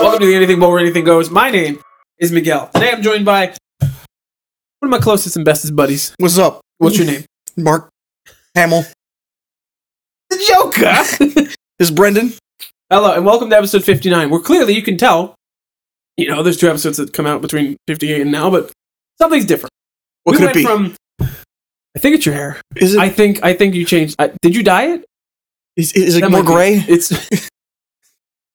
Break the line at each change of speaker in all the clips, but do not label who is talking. Welcome to the Anything But Where Anything Goes. My name is Miguel. Today I'm joined by one of my closest and bestest buddies.
What's up?
What's your name?
Mark Hamill.
The Joker.
This is Brendan.
Hello, and welcome to episode 59. Where clearly you can tell, you know, there's two episodes that come out between 58 and now, but something's different.
What
We
could it
went
be?
From, I think it's your hair.
is it
I think I think you changed. I, did you dye it?
is, is it
that
more
might be-
gray?
It's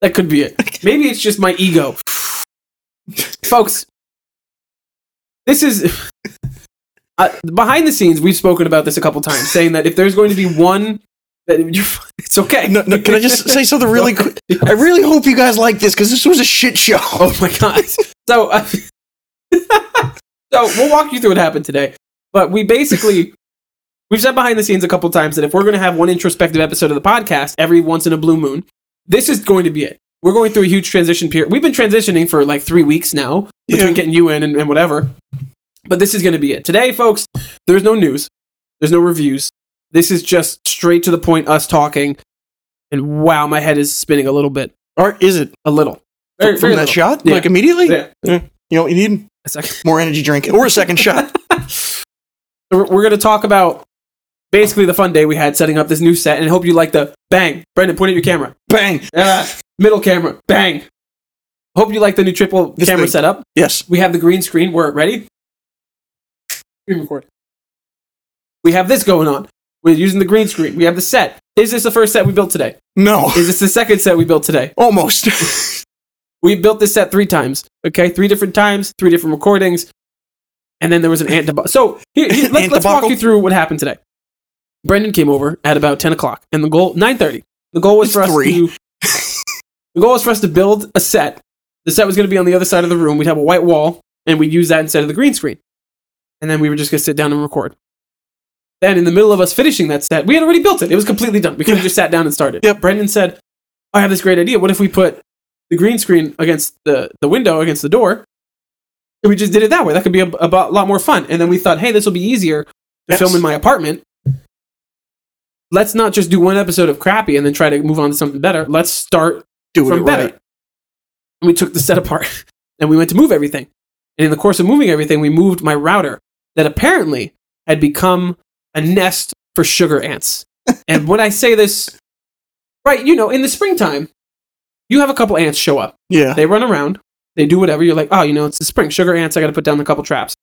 that could be it. Maybe it's just my ego, folks. This is uh, behind the scenes. We've spoken about this a couple times, saying that if there's going to be one, that you're, it's okay.
No, no, can I just say something really quick? I really hope you guys like this because this was a shit show.
Oh my god! So, uh, so we'll walk you through what happened today. But we basically we've said behind the scenes a couple times that if we're going to have one introspective episode of the podcast every once in a blue moon, this is going to be it. We're going through a huge transition period. We've been transitioning for like three weeks now between
Yeah.
getting you in and, and whatever. But this is going to be it today, folks. There's no news. There's no reviews. This is just straight to the point. Us talking. And wow, my head is spinning a little bit.
Or is it
A little. Very-
from,
very
that
little.
shot?
Yeah.
Like immediately?
Yeah.
You know what you need?
A second.
More energy drink or a second shot.
we're, we're going to talk about basically the fun day we had setting up this new set and hope you like the bang brendan point at your camera
Bang.
Ah, middle camera bang hope you like the new triple
This
camera
thing.
setup
Yes.
we have the green screen we're ready screen record we have this going on we're using the green screen we have the set is this the first set we built today
No.
is this the second set we built today
Almost.
we built this set three times okay three different times three different recordings and then there was an ant debacle so here, here, let's,
Ant
let's walk
debacle?
you through what happened today brendan came over at about 10 o'clock and the goal 9.30 the goal was
It's
for us
three.
to the goal was for us to build a set the set was going to be on the other side of the room we'd have a white wall and we'd use that instead of the green screen and then we were just going to sit down and record then in the middle of us finishing that set we had already built it it was completely done we could have just sat down and started
Yep.
brendan said i have this great idea what if we put the green screen against the, the window against the door and we just did it that way that could be a, a bo- lot more fun and then we thought hey this will be easier to
Yes.
film in my apartment let's not just do one episode of crappy and then try to move on to something better let's start
Do it
from better
right.
and we took the set apart and we went to move everything and in the course of moving everything we moved my router that apparently had become a nest for sugar ants and when i say this right you know in the springtime you have a couple ants show up
Yeah.
they run around. They do whatever. You're like, oh, you know, it's the spring. Sugar ants. I got to put down a couple traps.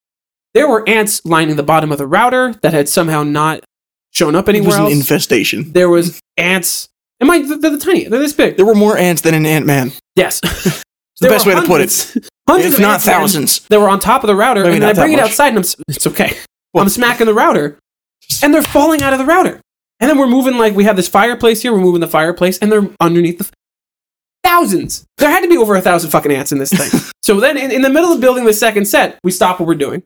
There were ants lining the bottom of the router that had somehow not shown up
It was
anywhere
an
else.
infestation.
there was ants. Am I? They're the tiny. They're this big.
There were more ants than an Ant Man.
yes.
It's the best way to put it. If
Hundreds of
not
ants that-
thousands.
That were on top of the router,
Maybe
and then I
not that
bring it
much.
outside, and I'm. s- It's okay.
Well-
I'm smacking the router, and they're falling out of the router. And then we're moving like we have this fireplace here. We're moving the fireplace, and they're underneath the thousands. There had to be over a thousand fucking ants in this thing. so then, in, in the middle of building the second set, we stop what we're doing.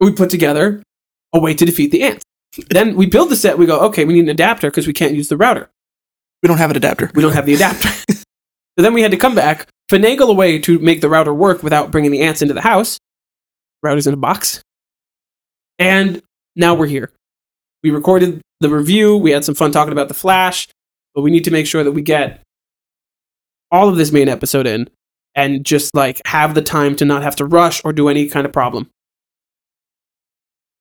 We put together a way to defeat the ants. Then we build the set. We go, okay, we need an adapter because we can't use the router.
We don't have an adapter.
We don't have the adapter. so then we had to come back, finagle a way to make the router work without bringing the ants into the house. Router's in a box. And now we're here. We recorded the review. We had some fun talking about the Flash, but we need to make sure that we get all of this main episode in and just like have the time to not have to rush or do any kind of problem.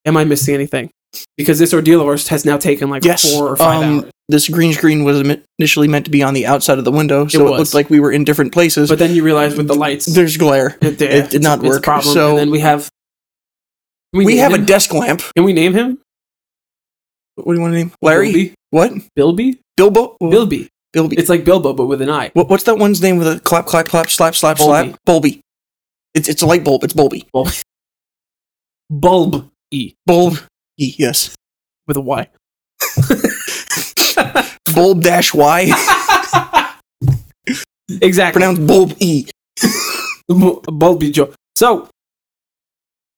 Am I missing anything? Because this ordeal of ours has now taken like
Yes.
four or five
um,
hours.
This green screen was imi- initially meant to be on the outside of the window, so
It
it,
was.
looked like we were in different places.
But then you realize with the lights,
There's glare.
It, did-
It did not
it's a- it's a
work, so-
and then we have
We,
name
have a
him?
desk lamp.
Can we name him
What do you want to name? Larry?
Bilby?
What?
Bilby?
Bilbo?
Bilby.
Bilby.
It's like Bilbo but with an eye.
What, what's that one's name with a clap, clap, clap, slap, slap, slap? Bulby. It's, it's a light bulb. It's Bulby.
Bulb E
Bulb. E, Yes.
with a Y.
Bulb dash Y.
exactly.
Pronounced bulb E.
Bu- Bulby Joe. So,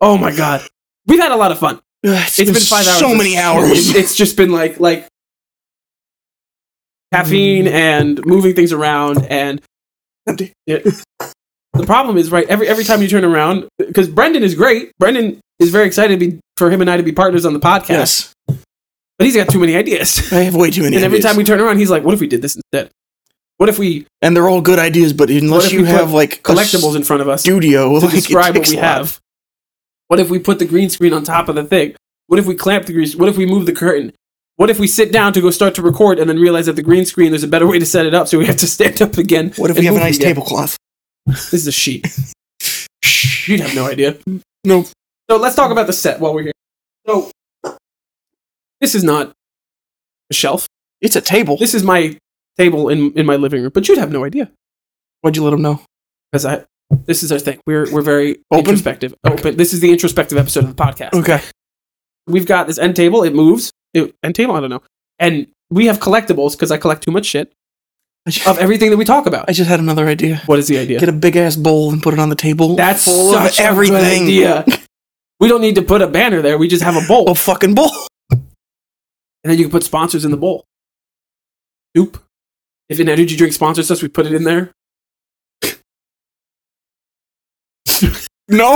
oh my god, we've had a lot of fun. it's been five hours.
So many
It's,
hours.
it's just been like like caffeine and moving things around and the problem is right every every time you turn around because Brendan is great. Brendan is very excited to be for him and I to be partners on the podcast.
yes.
But he's got too many ideas.
I have way too many
and every
ideas.
time we turn around, he's like, "What if we did this instead? What if we
And they're all good ideas, but
if
unless you
we put
have like a
collectibles in front of us to
studio, like it
describe what
takes
we
a lot.
have? What if we put the green screen on top of the thing? What if we clamp the green? What if we move the curtain? What if we sit down to go start to record and then realize that the green screen there's a better way to set it up, so we have to stand up again?
What if
and
we have a
move it
nice
again?
tablecloth?
This is a sheet. You'd have no idea.
Nope.
So let's talk about the set while we're here. So this is not a shelf.
It's a table.
This is my table in in my living room, but you'd have no idea
Why'd you let them know?
because I. This is our thing. We're we're very
Open?
introspective. Open. This is the introspective episode of the podcast.
Okay.
We've got this end table. It moves. It, end table. I don't know. And we have collectibles because I collect too much shit
I just,
of everything that we talk about.
I just had another idea.
What is the idea?
Get a big ass bowl and put it on the table.
That's
full
such
of
everything.
everything.
We don't need to put a banner there. We just have a bowl,
A fucking bowl. Oh.
and then you can put sponsors in the bowl. Nope. If an energy drink sponsors us, we put it in there.
No,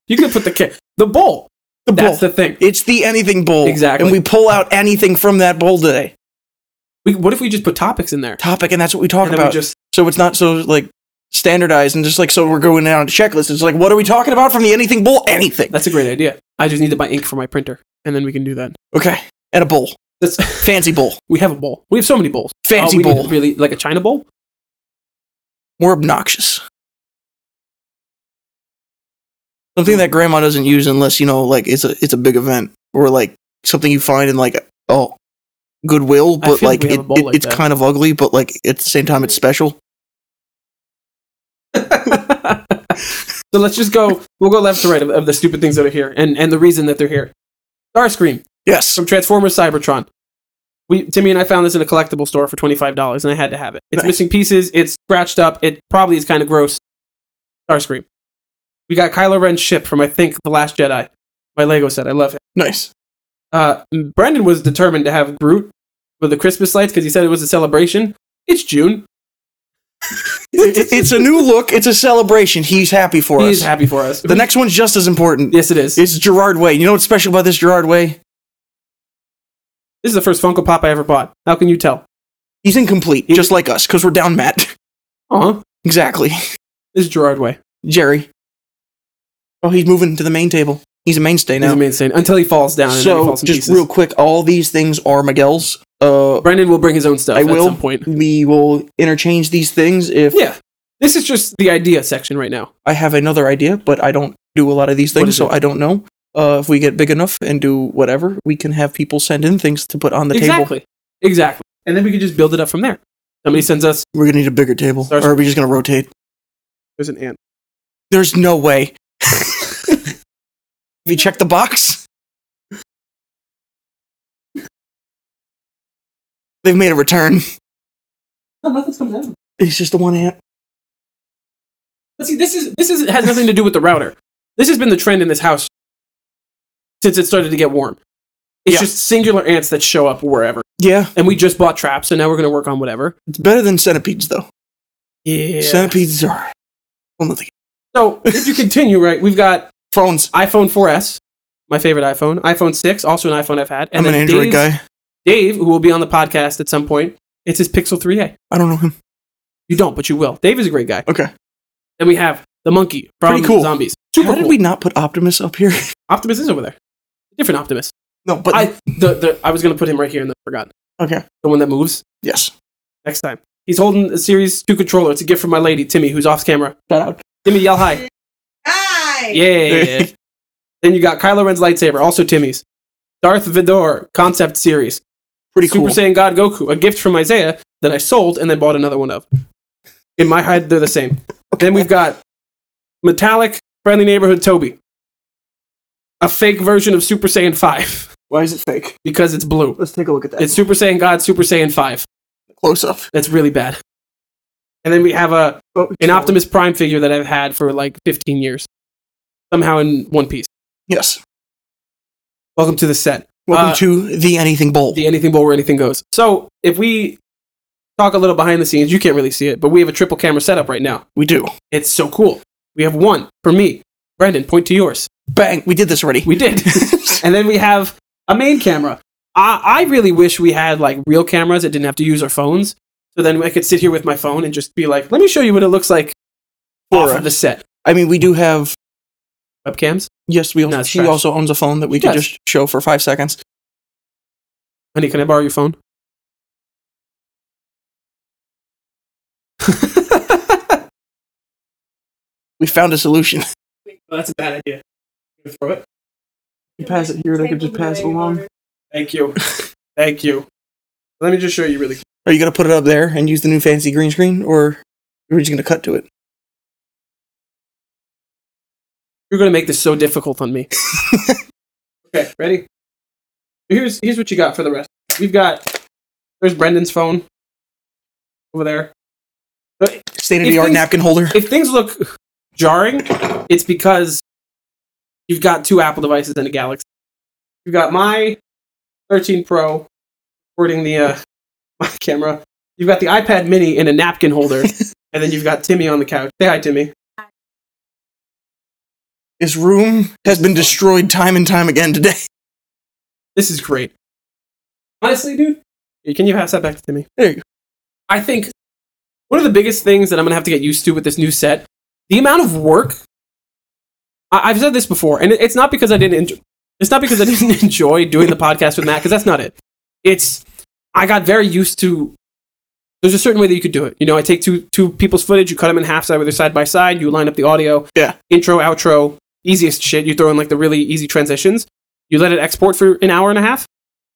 you can put the ca- the bowl.
the bowl.
That's the thing.
it's the anything bowl.
Exactly.
And we pull out anything from that bowl today.
We, what if we just put topics in there?
Topic, and that's what we talk
And then we
about.
just
so it's not so like standardized and just like so we're going down a checklist. It's like what are we talking about from the anything bowl? Anything.
that's a great idea. I just need to buy ink for my printer, and then we can do that.
Okay. And a bowl.
That's,
Fancy bowl.
we have a bowl. We have so many bowls.
Fancy
Oh, we need
bowl.
really like a china bowl.
More obnoxious. Something that grandma doesn't use unless, you know, like it's a it's a big event or like something you find in like oh goodwill,
I
but
feel
like,
like we have
it,
a bowl
it-
like
it's
that.
kind of ugly, but like at the same time it's special.
so let's just go. We'll go left to right of, of the stupid things that are here, and and the reason that they're here. Starscream
Yes.
from Transformers Cybertron. We Timmy and I found this in a collectible store for twenty five dollars, and I had to have it. It's
Nice.
missing pieces. It's scratched up. It probably is kind of gross. Starscream. We got Kylo Ren's ship from I think the Last Jedi. My Lego set. I love it.
Nice.
Uh, Brendan was determined to have Groot with the Christmas lights because he said it was a celebration. It's June.
It- it's a new look. It's a celebration. He's happy for
He
us.
is happy for us.
The next one's just as important.
yes, it is.
It's Gerard Way. You know what's special about this Gerard Way?
This is the first Funko Pop I ever bought. How can you tell?
He's incomplete,
He-
just like us, because we're down Matt.
Uh-huh.
exactly.
This is Gerard Way.
Jerry. Oh, he's moving to the main table. He's a mainstay
He's
now.
a mainstay until he falls down. and then he
so,
falls in
just
pieces.
real quick, all these things are Miguel's. Uh,
Brendan will bring his own stuff
I
at
will.
some point.
we will interchange these things if
Yeah. This is just the idea section right now.
I have another idea, but I don't do a lot of these
What
things,
is
so
it?
I don't know. Uh, if we get big enough and do whatever, we can have people send in things to put on the table.
exactly. Exactly. And then we can just build it up from there. Somebody sends us.
We're gonna need a bigger table,
Starts-
or are we just gonna rotate?
There's an ant.
There's no way. Have you checked the box? They've made a return. Oh,
No, nothing's coming down.
It's just the one ant.
But see, this is this is has nothing to do with the router. This has been the trend in this house since it started to get warm. It's
Yeah.
just singular ants that show up wherever.
Yeah,
And we just bought traps, so now we're gonna work on whatever.
it's better than centipedes though.
Yeah.
Centipedes are well, nothing.
So if you continue, right, we've got
Phones.
iPhone 4S, my favorite iPhone. iPhone 6, also an iPhone I've had.
I'm an
then
Android
Dave,
guy.
Dave, who will be on the podcast at some point, it's his Pixel 3a.
I don't know him.
You don't, but you will. Dave is a great guy.
Okay.
Then we have the monkey from
Pretty cool.
Zombies.
How
Super
did
cool.
we not put Optimus up here?
Optimus is over there. Different Optimus.
no, but
I the, the I was gonna put him right here and then I forgot.
okay.
The one that moves.
Yes.
Next time. He's holding a series two controller. It's a gift from my lady, Timmy, who's off camera.
Shout out.
Timmy, yell hi.
Hi.
Yeah. then you got Kylo Ren's lightsaber, also Timmy's. Darth Vidor concept series.
Pretty
Super
cool.
Saiyan God Goku, a gift from Isaiah that I sold and then bought another one of. In my head, they're the same. Then we've got Metallic Friendly Neighborhood Toby, a fake version of Super Saiyan 5
Why is it fake?
because it's blue.
Let's take a look at that.
It's Super Saiyan God Super Saiyan 5.
close up.
That's really bad. And then we have a
Oh,
an
sorry.
Optimus Prime figure that I've had for like 15 years, somehow in one piece.
Yes.
Welcome to the set.
Welcome
Uh,
to the anything bowl.
the anything bowl where anything goes. So if we talk a little behind the scenes, you can't really see it, but we have a triple camera setup right now.
we do.
It's so cool. We have one for me. Brendan, point to yours.
Bang. We did this already.
We did. and then we have a main camera. I, I really wish we had like real cameras that didn't have to use our phones So then I could sit here with my phone and just be like, let me show you what it looks like off
Aura.
of the set.
I mean, we do have.
Webcams?
Yes, we. Also,
No, it's
she
trash.
also owns a phone that we
She
could
does.
just show for five seconds.
Honey, can I borrow your phone?
We found a solution.
that's a bad idea. Throw it.
You pass it here, they could just pass it along.
Thank you. Thank you. Let me just show you really quick.
Are you gonna put it up there and use the new fancy green screen, or are we just gonna cut to it?
You're going to make this so difficult on me. okay, ready? Here's here's what you got for the rest. We've got there's Brendan's phone over there.
State of the
If
art
things-
napkin holder.
If things look jarring, it's because you've got two Apple devices and a Galaxy. You've got my 13 Pro recording the uh, my camera. You've got the iPad Mini in a napkin holder, and then you've got Timmy on the couch. Say hi, Timmy.
His room has been destroyed time and time again today.
This is great. Honestly, dude, can you pass that back to Timmy?
There you go.
I think one of the biggest things that I'm gonna have to get used to with this new set, the amount of work. I- I've said this before, and it- it's not because I didn't. Enjoy, it's not because I didn't enjoy doing the podcast with Matt, because that's not it. It's I got very used to. There's a certain way that you could do it. You know, I take two two people's footage, you cut them in half, side whether side by side, you line up the audio,
Yeah.
intro, outro, easiest shit. You throw in like the really easy transitions. You let it export for an hour and a half.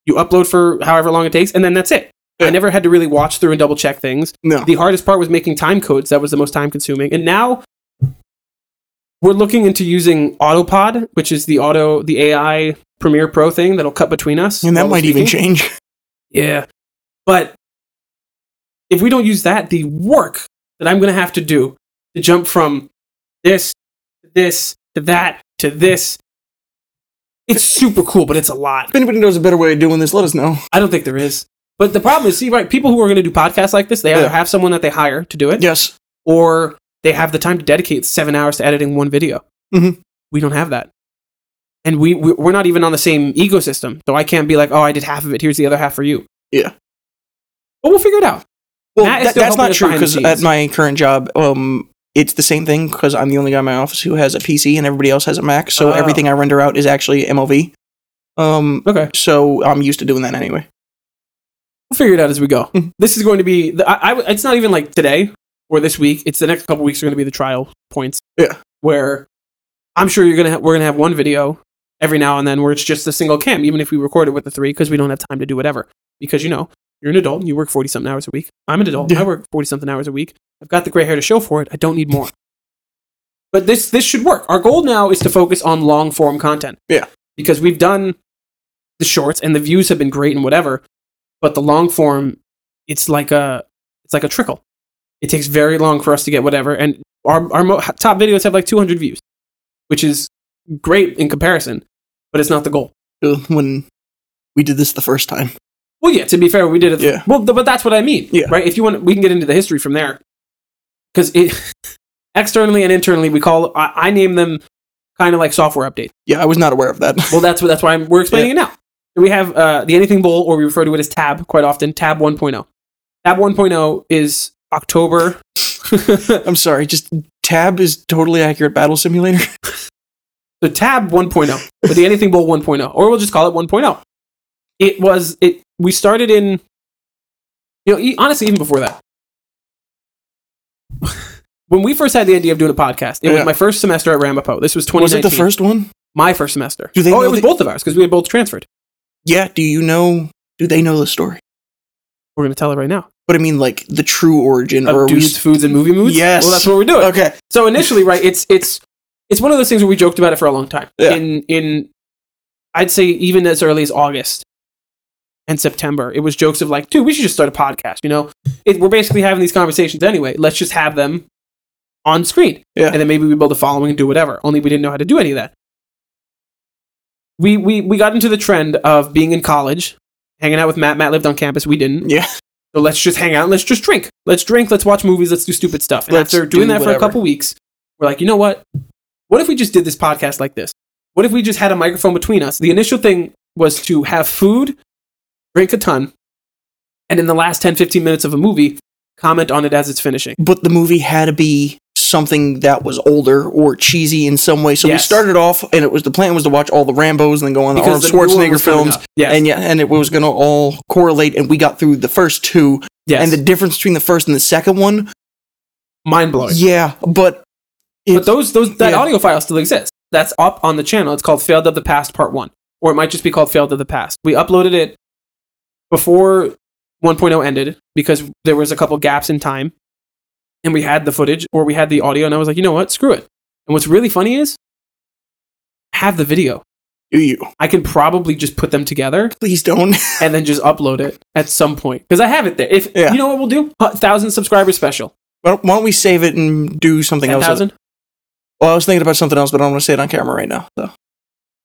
You upload for however long it takes, and then that's it. I
Yeah.
never had to really watch through and double check things.
No.
The hardest part was making time codes. That was the most time consuming. And now we're looking into using Autopod, which is the auto, the AI Premiere Pro thing that'll cut between us.
And that
while we're
might even
speaking.
change.
Yeah. But if we don't use that, the work that I'm going to have to do to jump from this to this to that to this, it's super cool, but it's a lot.
If anybody knows a better way of doing this, let us know.
I don't think there is. But the problem is, see, right, people who are going to do podcasts like this, they either
Yeah.
have someone that they hire to do it,
Yes.
or they have the time to dedicate seven hours to editing one video.
Mhm.
We don't have that. And we, we, we're not even on the same ecosystem. So I can't be like, oh, I did half of it. Here's the other half for you.
Yeah.
But we'll figure it out.
Well,
Matt is
that-
still
that's
helping
not
us
true
behind the
because
scenes.
at my current job, um, it's the same thing because I'm the only guy in my office who has a PC and everybody else has a Mac. So
Oh.
everything I render out is actually MOV. Um,
Okay.
so I'm used to doing that anyway.
We'll figure it out as we go.
Mhm.
this is going to be, the, I, I, it's not even like today or this week. It's the next couple weeks are going to be the trial points.
Yeah.
Where I'm sure you're going to, ha- we're going to have one video every now and then where it's just a single cam, even if we record it with the three, because we don't have time to do whatever. Because, you know, you're an adult and you work 40 something hours a week. I'm an adult.
Yeah.
I work 40 something hours a week. I've got the gray hair to show for it. I don't need more. but this, this should work. Our goal now is to focus on long form content.
Yeah.
Because we've done the shorts and the views have been great and whatever but the long form it's like a it's like a trickle it takes very long for us to get whatever and our, our mo- top videos have like 200 views which is great in comparison but it's not the goal
Uh, When we did this the first time,
well yeah to be fair we did it
Yeah.
well th- but that's what i mean
Yeah.
right if you want we can get into the history from there because it externally and internally we call i, I name them kind of like software updates
yeah, I was not aware of that.
well that's what that's why I'm, we're explaining it now we have uh, the anything bowl or we refer to it as tab quite often tab 1.0 tab 1.0 is october so
I'm sorry. Just tab is totally accurate. Battle simulator.
tab 1.0 but the anything bowl 1.0 or we'll just call it 1.0 it was it we started in you know e- honestly even before that when we first had the idea of doing a podcast it
Yeah.
was my first semester at ramapo this was 2019
was it the first one?
my first semester
Do they
oh
know
it was
that-
both of ours because we had both transferred
Yeah. Do you know? Do they know the story?
we're going to tell it right now
But I mean, like the true origin, or
of
are we?
dudes, foods, and movie moods.
Yes.
well, that's what we're doing.
Okay.
So initially, right, it's it's it's one of those things where we joked about it for a long time.
Yeah.
In in I'd say even as early as August and September, it was jokes of like, dude, we should just start a podcast. You know, it, we're basically having these conversations anyway. Let's just have them on screen,
Yeah.
and then maybe we build a following and do whatever. Only we didn't know how to do any of that. We we we got into the trend of being in college, hanging out with Matt. Matt lived on campus. We didn't.
Yeah.
So let's just hang out and let's just drink. Let's drink, let's watch movies, let's do stupid stuff. And
Let's
after doing
do
that for a
whatever.
couple weeks, we're like, you know what? What if we just did this podcast like this? What if we just had a microphone between us? The initial thing was to have food, drink a ton, and in the last 10, 15 minutes of a movie, comment on it as it's finishing.
but the movie had to be something that was older or cheesy in some way. So we
Yes.
started off, and it was the plan was to watch all the Rambo's and then go on the
the
Arnold
new one
Schwarzenegger
was coming
films,
up. Yes.
and yeah, and it was going to all correlate. And we got through the first two,
yes.
and the difference between the first and the second one,
mind blowing.
Oh, yeah, but
But
it's-
those those that
yeah.
audio file still exists. That's up on the channel. It's called Failed of the Past Part One, or it might just be called Failed of the Past. We uploaded it before 1.0 ended because there was a couple gaps in time, and we had the footage or we had the audio, and I was like, you know what, screw it. And what's really funny is I have the video.
you
I can probably just put them together
please don't.
and then just upload it at some point because I have it there. If
Yeah.
you know what we'll do, Hu- thousand subscriber special,
Why don't, why don't we save it and do something
ten
else?
thousand.
Well, I was thinking about something else, but I don't want to say it on camera right now. So.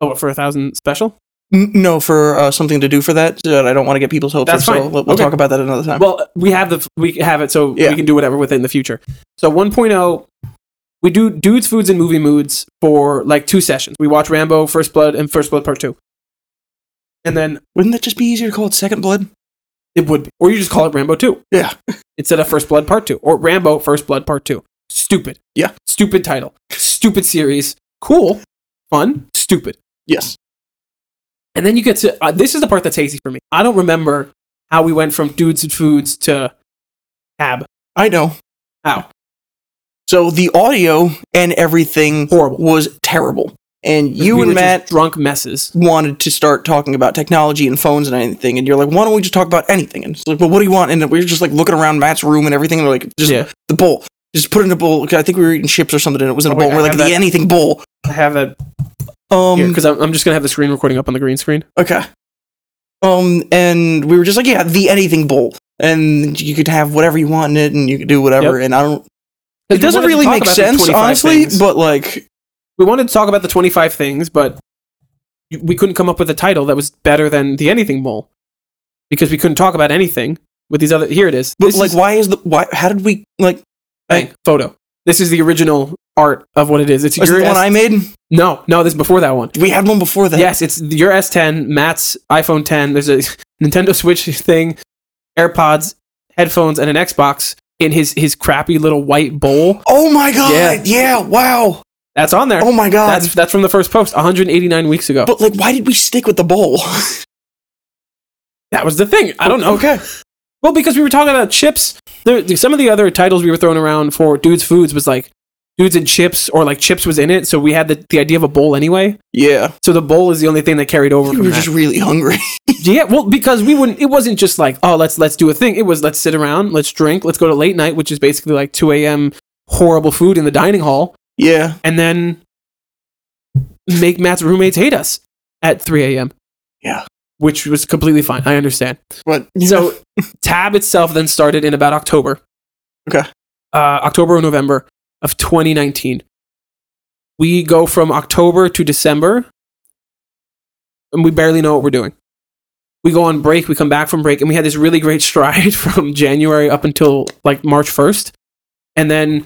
Oh, for a thousand special.
N- No, for uh, something to do for that. so that I don't want to get people's hopes.
That's
up, so
fine.
we'll, we'll
Okay.
talk about that another time.
Well, we have the we have it, so
Yeah.
we can do whatever with it in the future. So 1.0, we do dudes, foods, and movie moods for like two sessions. We watch Rambo, First Blood, and First Blood Part Two, and then
Wouldn't that just be easier to call it Second Blood?
it would, be, or you just call it Rambo Two
Yeah.
instead of First Blood Part Two, or Rambo First Blood Part Two. Stupid.
Yeah.
Stupid title. Stupid series. Cool. Fun. Stupid.
Yes.
And then you get to uh, this is the part that's hazy for me. I don't remember how we went from dudes and foods to tab.
I know.
How
So the audio and everything
horrible.
was terrible. And you
We were
and
just
Matt
drunk messes.
wanted to start talking about technology and phones and anything. And you're like, why don't we just talk about anything? And it's like, well, what do you want? And then we were just like looking around Matt's room and everything. And we're like, just
yeah,
the bowl. Just put it in a bowl. 'Cause I think we were eating chips or something and it was in a
Oh,
bowl.
wait,
we're
I
like,
have
the
that.
anything bowl.
I have that here
Um,
because I'm, I'm just gonna have the screen recording up on the green screen.
Okay. Um, and we were just like, yeah, the anything bowl, and you could have whatever you want in it, and you could do whatever. And I don't. It
We
doesn't
wanted to
really
talk
make
about the
sense,
25
honestly.
things.
But like,
we wanted to talk about the 25 things, but we couldn't come up with a title that was better than the anything bowl because we couldn't talk about anything with these other. Here it is.
but
This
like,
is-
why is the why? How did we like?
bang, photo. This is the original art of what it is. It's
Is it
your
the
S-
one I made?
no, no. This is before that one.
We had one before that.
Yes, it's your S10, Matt's iPhone 10. There's a Nintendo Switch thing, AirPods, headphones, and an Xbox in his his crappy little white bowl.
Oh my
Yeah.
god. Yeah. Wow.
That's on there.
Oh my god.
That's that's from the first post, 189 weeks ago.
but like, why did we stick with the bowl?
that was the thing. I don't know.
okay.
Well, because we were talking about chips. There, some of the other titles we were throwing around for dudes' foods was like dudes and chips, or like chips was in it. So we had the, the idea of a bowl anyway.
Yeah.
So the bowl is the only thing that carried over.
We
From
were
that.
just really hungry.
yeah, well, because we wouldn't. It wasn't just like oh, let's let's do a thing. It was let's sit around, let's drink, let's go to late night, which is basically like 2 a.m. horrible food in the dining hall,
yeah.
and then make Matt's roommates hate us at 3 a.m.
Yeah.
which was completely fine. I understand.
But
So Tab itself then started in about October.
Okay.
Uh, October or November of 2019. We go from October to December, and we barely know what we're doing. We go on break, we come back from break, and we had this really great stride from January up until like March 1st. And then,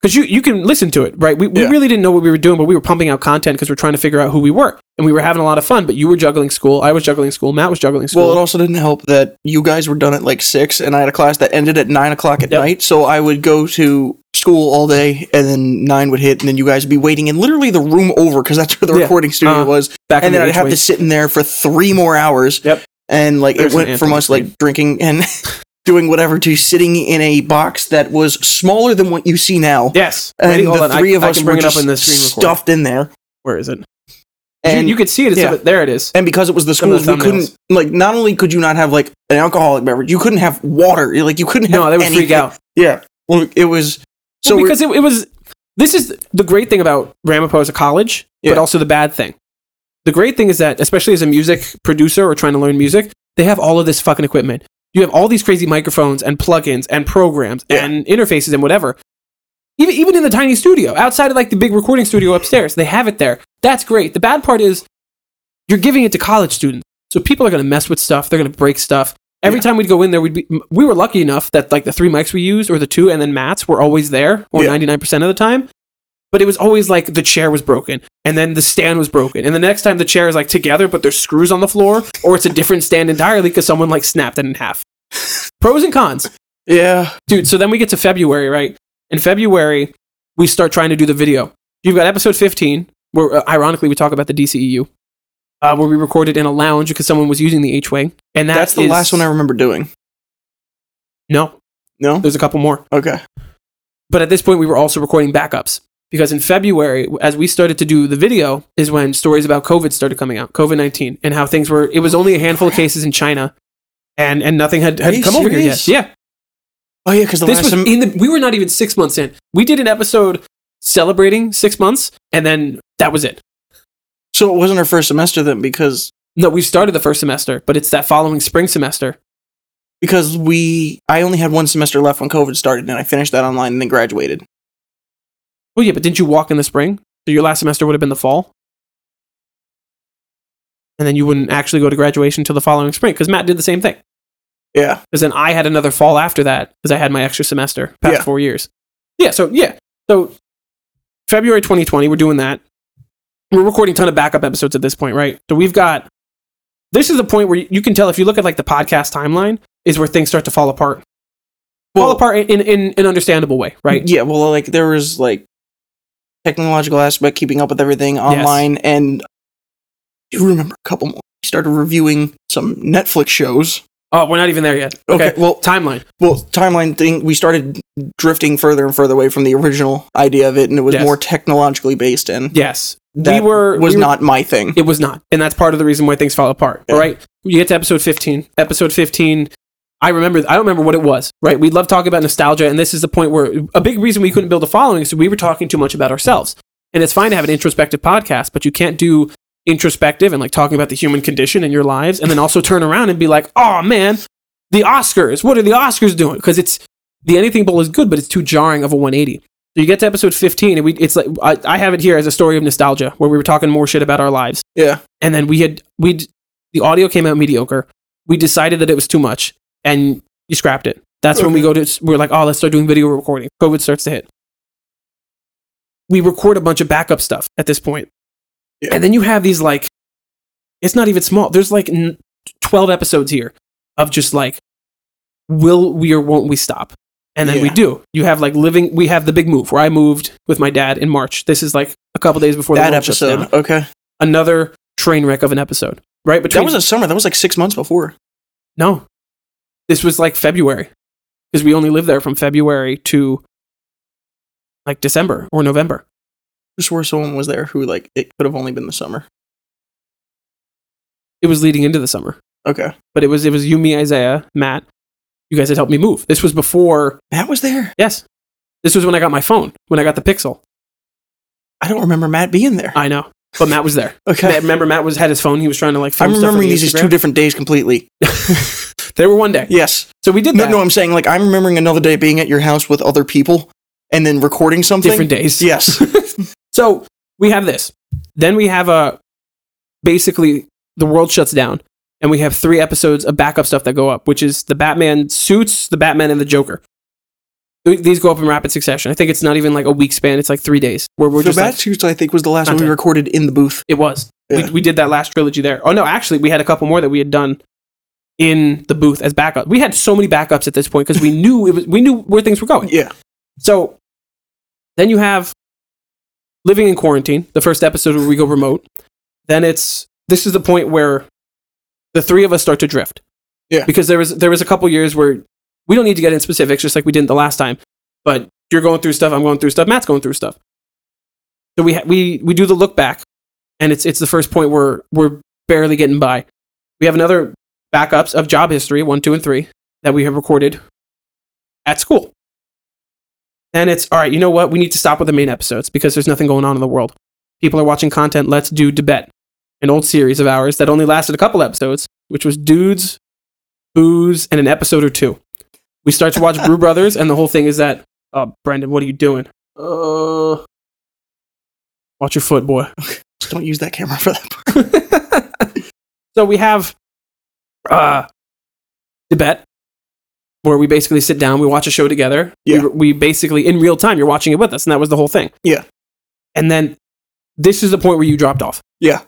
because you, you can listen to it, right? We, we
Yeah.
really didn't know what we were doing, but we were pumping out content because we're trying to figure out who we were. And we were having a lot of fun, but you were juggling school, I was juggling school, Matt was juggling school.
Well, it also didn't help that you guys were done at like six, and I had a class that ended at nine o'clock at
Yep.
night. So I would go to school all day, and then nine would hit, and then you guys would be waiting in literally the room over because that's where the
Yeah.
recording studio
Uh,
was.
back in
And then
the
I'd have to
HYs.
sit in there for three more hours.
Yep.
And like
There's
it
an
went from
Anthony
us like drinking and doing whatever to sitting in a box that was smaller than what you see now.
Yes. Wait,
And
hold
the
on. I-
three of
I
us
can
were
bring it up
just
in the screen recording.
stuffed in there.
Where is it?
And
you, you could see it. It's
yeah.
up- there it is.
and because it was the
Some of
schools,
the
we couldn't like. Not only could you not have like an alcoholic beverage, you couldn't have water. You- Like you couldn't have.
No, they would freak
anything.
out.
Yeah, well, it was so
So
we-
because it, it was, this is the great thing about Ramapo as a college,
Yeah.
but also the bad thing. The great thing is that, especially as a music producer or trying to learn music, they have all of this fucking equipment. You have all these crazy microphones and plugins and programs
Yeah.
and interfaces and whatever. Even, even in the tiny studio, outside of like the big recording studio upstairs, they have it there. That's great. The bad part is you're giving it to college students. So people are going to mess with stuff. They're going to break stuff. Every
Yeah.
time we'd go in there, we'd be, m- we were lucky enough that like the three mics we used or the two and then Matt's were always there or
Yeah.
99% of the time. But it was always like the chair was broken and then the stand was broken. And the next time the chair is like together, but there's screws on the floor or it's a different stand entirely because someone like snapped it in half. Pros and cons.
Yeah.
dude. So then we get to February, right? In February, we start trying to do the video. You've got episode 15, where uh, ironically we talk about the DCEU, uh, where we recorded in a lounge because someone was using the H wing, and that
That's the
is-
last one I remember doing.
No,
No?
there's a couple more.
Okay.
But at this point, we were also recording backups because in February, as we started to do the video, is when stories about COVID started coming out, COVID nineteen, and how things were. It was only a handful of cases in China, and and nothing had,
Are
had
you
come over here yet.
serious?
Yeah,
Oh, yeah, because the
this
last
was
time.
in the. We were not even six months in. We did an episode celebrating six months, and then that was it.
so it wasn't our first semester then because
No, we started the first semester, but it's that following spring semester.
because we. I only had one semester left when COVID started and I finished that online and then graduated.
Well, yeah, but didn't you walk in the spring? So your last semester would have been the fall. And then you wouldn't actually go to graduation till the following spring because Matt did the same thing.
Yeah.
because then I had another fall after that because I had my extra semester past
Yeah.
four years. Yeah, so yeah, so February 2020, we're doing that. We're recording a ton of backup episodes at this point, right? So we've got this is the point where you- you can tell if you look at like the podcast timeline is where things start to fall apart, fall apart in in, in an understandable way, right?
Yeah, well, like there was like technological aspect, keeping up with everything online, and I do remember a couple more. We started reviewing some Netflix shows.
Oh, we're not even there yet. Okay,
Okay, well,
timeline.
well, timeline thing. We started drifting further and further away from the original idea of it, and it was
Yes.
more technologically based. And
Yes,
That
we were
was
we were-
not my thing.
It was not. And that's part of the reason why things fell apart.
Yeah.
All right. You get to episode 15. Episode 15, I remember, I don't remember what it was, right? We love talking about nostalgia. And this is the point where a big reason we couldn't build a following is we were talking too much about ourselves. And it's fine to have an introspective podcast, but you can't do introspective and like talking about the human condition in your lives and then also turn around and be like, oh man, the Oscars. What are the Oscars doing? Because it's the Anything Bowl is good, but it's too jarring of a 180. So you get to episode 15, and we it's like I, I have it here as a story of nostalgia where we were talking more shit about our lives
Yeah,
and then we had we the audio came out mediocre. We decided that it was too much, and you scrapped it. That's when we go to we're like, oh, let's start doing video recording. COVID starts to hit. We record a bunch of backup stuff at this point,
Yeah.
and then you have these like, it's not even small. There's like n- twelve episodes here of just like, will we or won't we stop? And then we
Yeah.
do. You have like living. We have the big move where I moved with my dad in March. This is like a couple days before
that
the world shuts down
episode. Okay,
another train wreck of an episode. Right
that
between
was a summer. That was like six months before.
no, this was like February because we only lived there from February to like December or November.
I swear someone was there who like it could have only been the summer.
It was leading into the summer,
Okay,
but it was it was you, me, Isaiah, Matt. You guys had helped me move. This was before.
Matt was there.
Yes, this was when I got my phone when I got the Pixel.
I don't remember Matt being there.
I know, but Matt was there.
Okay,
Matt, remember, Matt was had his phone. He was trying to like. Film
I'm
stuff for
remembering
the
these as
Instagram.
two different days completely.
They were one day,
Yes.
so we did
No,
that.
no, I'm saying like I'm remembering another day being at your house with other people and then recording something.
different days.
Yes.
So we have this. Then we have a basically the world shuts down, and we have three episodes of backup stuff that go up, which is the Batman suits, the Batman, and the Joker. Th- These go up in rapid succession. I think it's not even like a week span; it's like three days where we're
the
just
Bat
like,
Suits, I think, was the last one
Content.
we recorded in the booth.
it was.
Yeah.
We, we did that last trilogy there. Oh no, actually, we had a couple more that we had done in the booth as backup. We had so many backups at this point because we knew it was, we knew where things were going.
Yeah.
So then you have living in quarantine, the first episode where we go remote. Then it's this is the point where the three of us start to drift.
Yeah.
Because there was there was a couple years where we don't need to get in specifics, just like we didn't the last time. But you're going through stuff, I'm going through stuff, Matt's going through stuff. So we ha- we we do the look back, and it's it's the first point where we're barely getting by. We have another backups of job history one, two, and three that we have recorded at school. Then it's all right. You know what? We need to stop with the main episodes because there's nothing going on in the world. People are watching content. Let's do Debet, an old series of ours that only lasted a couple episodes, which was dudes, booze, and an episode or two. We start to watch Brew Brothers, and the whole thing is that, oh, Brendan, what are you doing? Uh, watch your foot, boy.
Just don't use that camera for that part.
so we have uh the bet where we basically sit down we watch a show together
Yeah.
we, we basically in real time you're watching it with us and that was the whole thing
Yeah.
and then this is the point where you dropped off
Yeah.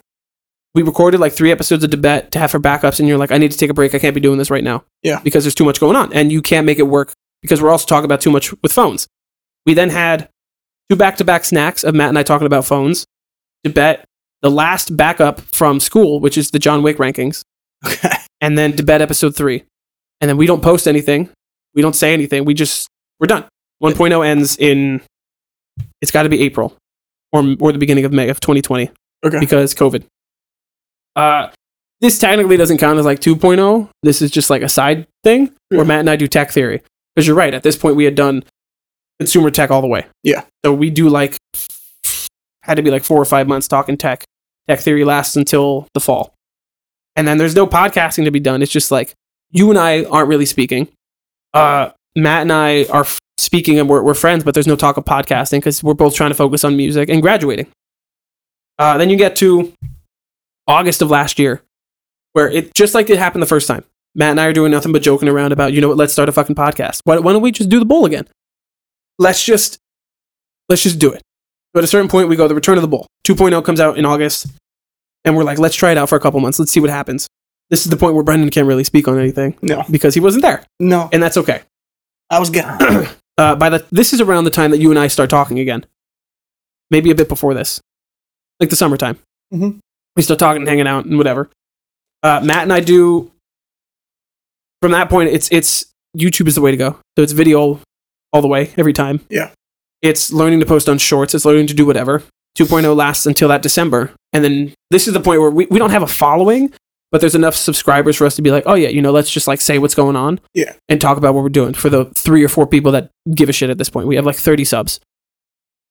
we recorded like three episodes of debate to have for backups and you're like i need to take a break i can't be doing this right now
Yeah.
because there's too much going on and you can't make it work because we're also talking about too much with phones. We then had two back to back snacks of Matt and I talking about phones. Debet, the last backup from school, which is the John Wick rankings,
Okay.
and then Debet episode three. And then we don't post anything. We don't say anything. We just, we're done. 1.0 ends in, it's got to be April or, or the beginning of May of 2020
Okay.
because COVID. Uh, this technically doesn't count as like 2.0. This is just like a side thing
Yeah.
where Matt and I do tech theory. Because you're right. At this point, we had done consumer tech all the way.
Yeah.
So we do like, had to be like four or five months talking tech. Tech theory lasts until the fall. And then there's no podcasting to be done. It's just like you and I aren't really speaking. Uh, Matt and I are f- speaking and we're, we're friends, but there's no talk of podcasting because we're both trying to focus on music and graduating. Uh, then you get to August of last year, where it just like it happened the first time. Matt and I are doing nothing but joking around about, you know what, let's start a fucking podcast. Why, why don't we just do the bowl again? Let's just let's just do it. But at a certain point, we go the return of the bowl. 2.0 comes out in August, and we're like, let's try it out for a couple months. Let's see what happens. This is the point where Brendan can't really speak on anything
No.
because he wasn't there,
No.
and that's okay.
I was gone.
Uh, by the this is around the time that you and I start talking again, maybe a bit before this, like the summertime.
Mhm.
We start talking, and hanging out, and whatever. Uh, Matt and I do. From that point, it's it's YouTube is the way to go. So it's video all the way every time.
Yeah.
it's learning to post on Shorts. It's learning to do whatever. 2.0 lasts until that December, and then this is the point where we, we don't have a following, but there's enough subscribers for us to be like, oh yeah, you know, let's just like say what's going on and talk about what we're doing for the three or four people that give a shit at this point. We have like 30 subs.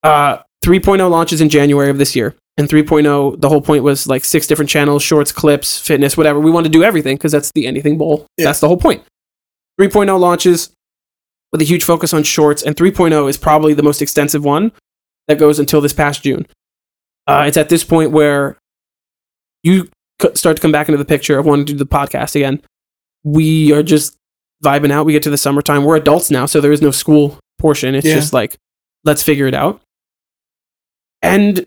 Uh, 3.0 launches in January of this year. And 3.0, the whole point was like six different channels, shorts, clips, fitness, whatever. We want to do everything because that's the anything bowl.
Yeah.
That's the whole point. 3.0 launches with a huge focus on shorts. And 3.0 is probably the most extensive one that goes until this past June. Uh, it's at this point where you c- start to come back into the picture of wanting to do the podcast again. We are just vibing out. We get to the summertime. We're adults now, so there is no school portion. It's
Yeah.
just like, let's figure it out. And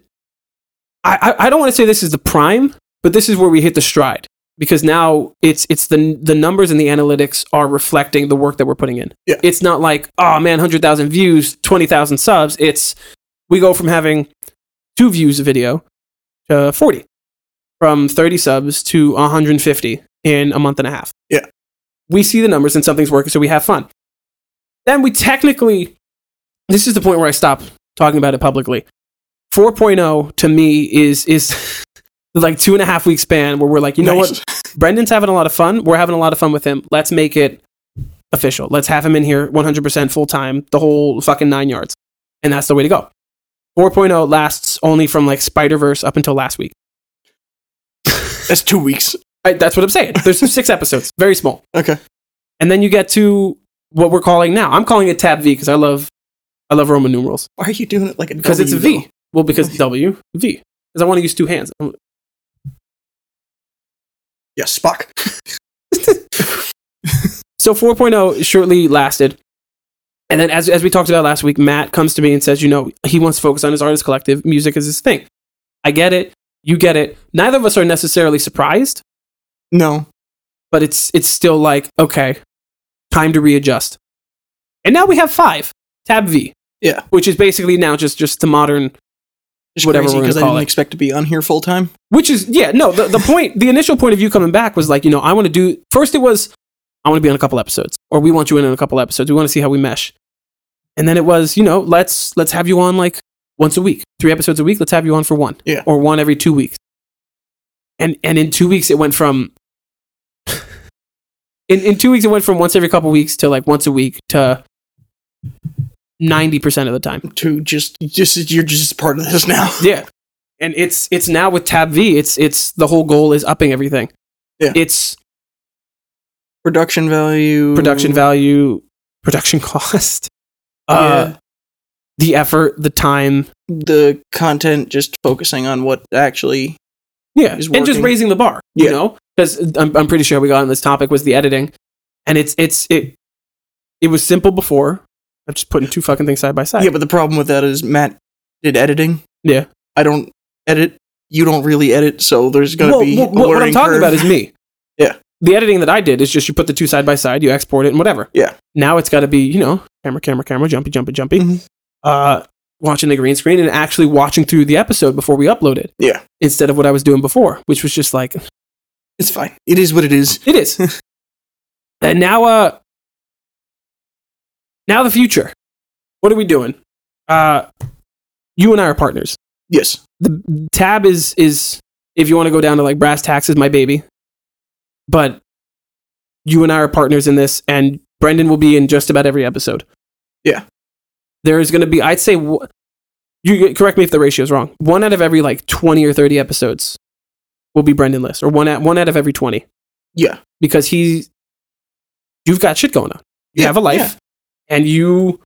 I, I, I don't want to say this is the prime, but this is where we hit the stride because now it's it's the the numbers and the analytics are reflecting the work that we're putting in.
Yeah.
It's not like oh man, hundred thousand views, twenty thousand subs. It's we go from having two views a video to forty, from thirty subs to one hundred and fifty in a month and a half.
Yeah.
we see the numbers and something's working, so we have fun. Then we technically, this is the point where I stop talking about it publicly. 4.0 to me is is like two and a half week span where we're like, you know what,
Nice.
Brendan's having a lot of fun. We're having a lot of fun with him. Let's make it official. Let's have him in here 100% full time, the whole fucking nine yards. And that's the way to go. 4.0 lasts only from like Spider Verse up until last week.
That's two weeks.
I, that's what I'm saying. There's six episodes, very small.
Okay.
And then you get to what we're calling now. I'm calling it Tab V because I love, I love Roman numerals
Why are you doing it like a
because it's a
W,
V. Well, because W, V. Because I want to use two hands. I'm-
though? Yeah, Spock.
So 4.0 shortly lasted. And then, as, as we talked about last week, Matt comes to me and says, you know, he wants to focus on his artist collective. Music is his thing. I get it. You get it. Neither of us are necessarily surprised,
No.
but it's, it's still like, okay, time to readjust. And now we have five, tab V.
Yeah.
Which is basically now just, just the modern
Just
Whatever we're gonna
because I
call
didn't
it.
expect to be on here full time.
Which is yeah, no, the, the point the initial point of you coming back was like, you know, I want to do first it was I want to be on a couple episodes, or we want you in on a couple episodes. We want to see how we mesh. And then it was, you know, let's let's have you on like once a week, three episodes a week, let's have you on for one.
Yeah.
Or one every two weeks. And and in two weeks it went from in, in two weeks it went from once every couple weeks to like once a week to ninety percent of the time.
To just, just you're just part of this now.
Yeah. And it's it's now with Tab V, it's it's the whole goal is upping everything.
Yeah.
It's Mm.
Production value.
production value, production cost, uh, the effort, the time.
the content just focusing on what actually
Yeah.
Is
And just
working.
raising the bar, you
Yeah.
know? Because I'm, I'm pretty sure we got on this topic was the editing. And it's it's it it was simple before. I'm just putting two fucking things side by side.
yeah but the problem with that is matt did editing
Yeah.
i don't edit you don't really edit so there's gonna
Well,
be
well,
a
what I'm
learning
talking
curve.
about is me.
Yeah.
the editing that I did is just you put the two side by side, you export it, and whatever.
Yeah.
Now it's got to be you know camera, camera, camera, jumpy, jumpy, jumpy.
Mhm.
Uh, watching the green screen and actually watching through the episode before we upload it.
Yeah.
Instead of what I was doing before, which was just like
It's fine. It is what it is.
it is. and now, uh, now the future. What are we doing? Uh, you and I are partners.
Yes.
The tab is is if you want to go down to like brass tacks is my baby, but you and I are partners in this, and Brendan will be in just about every episode.
Yeah.
there is going to be. I'd say wh- you correct me if the ratio is wrong. One out of every like twenty or thirty episodes will be Brendanless, or one out one out of every twenty
Yeah.
because he you've got shit going on. You
Yeah,
have a life
yeah.
and you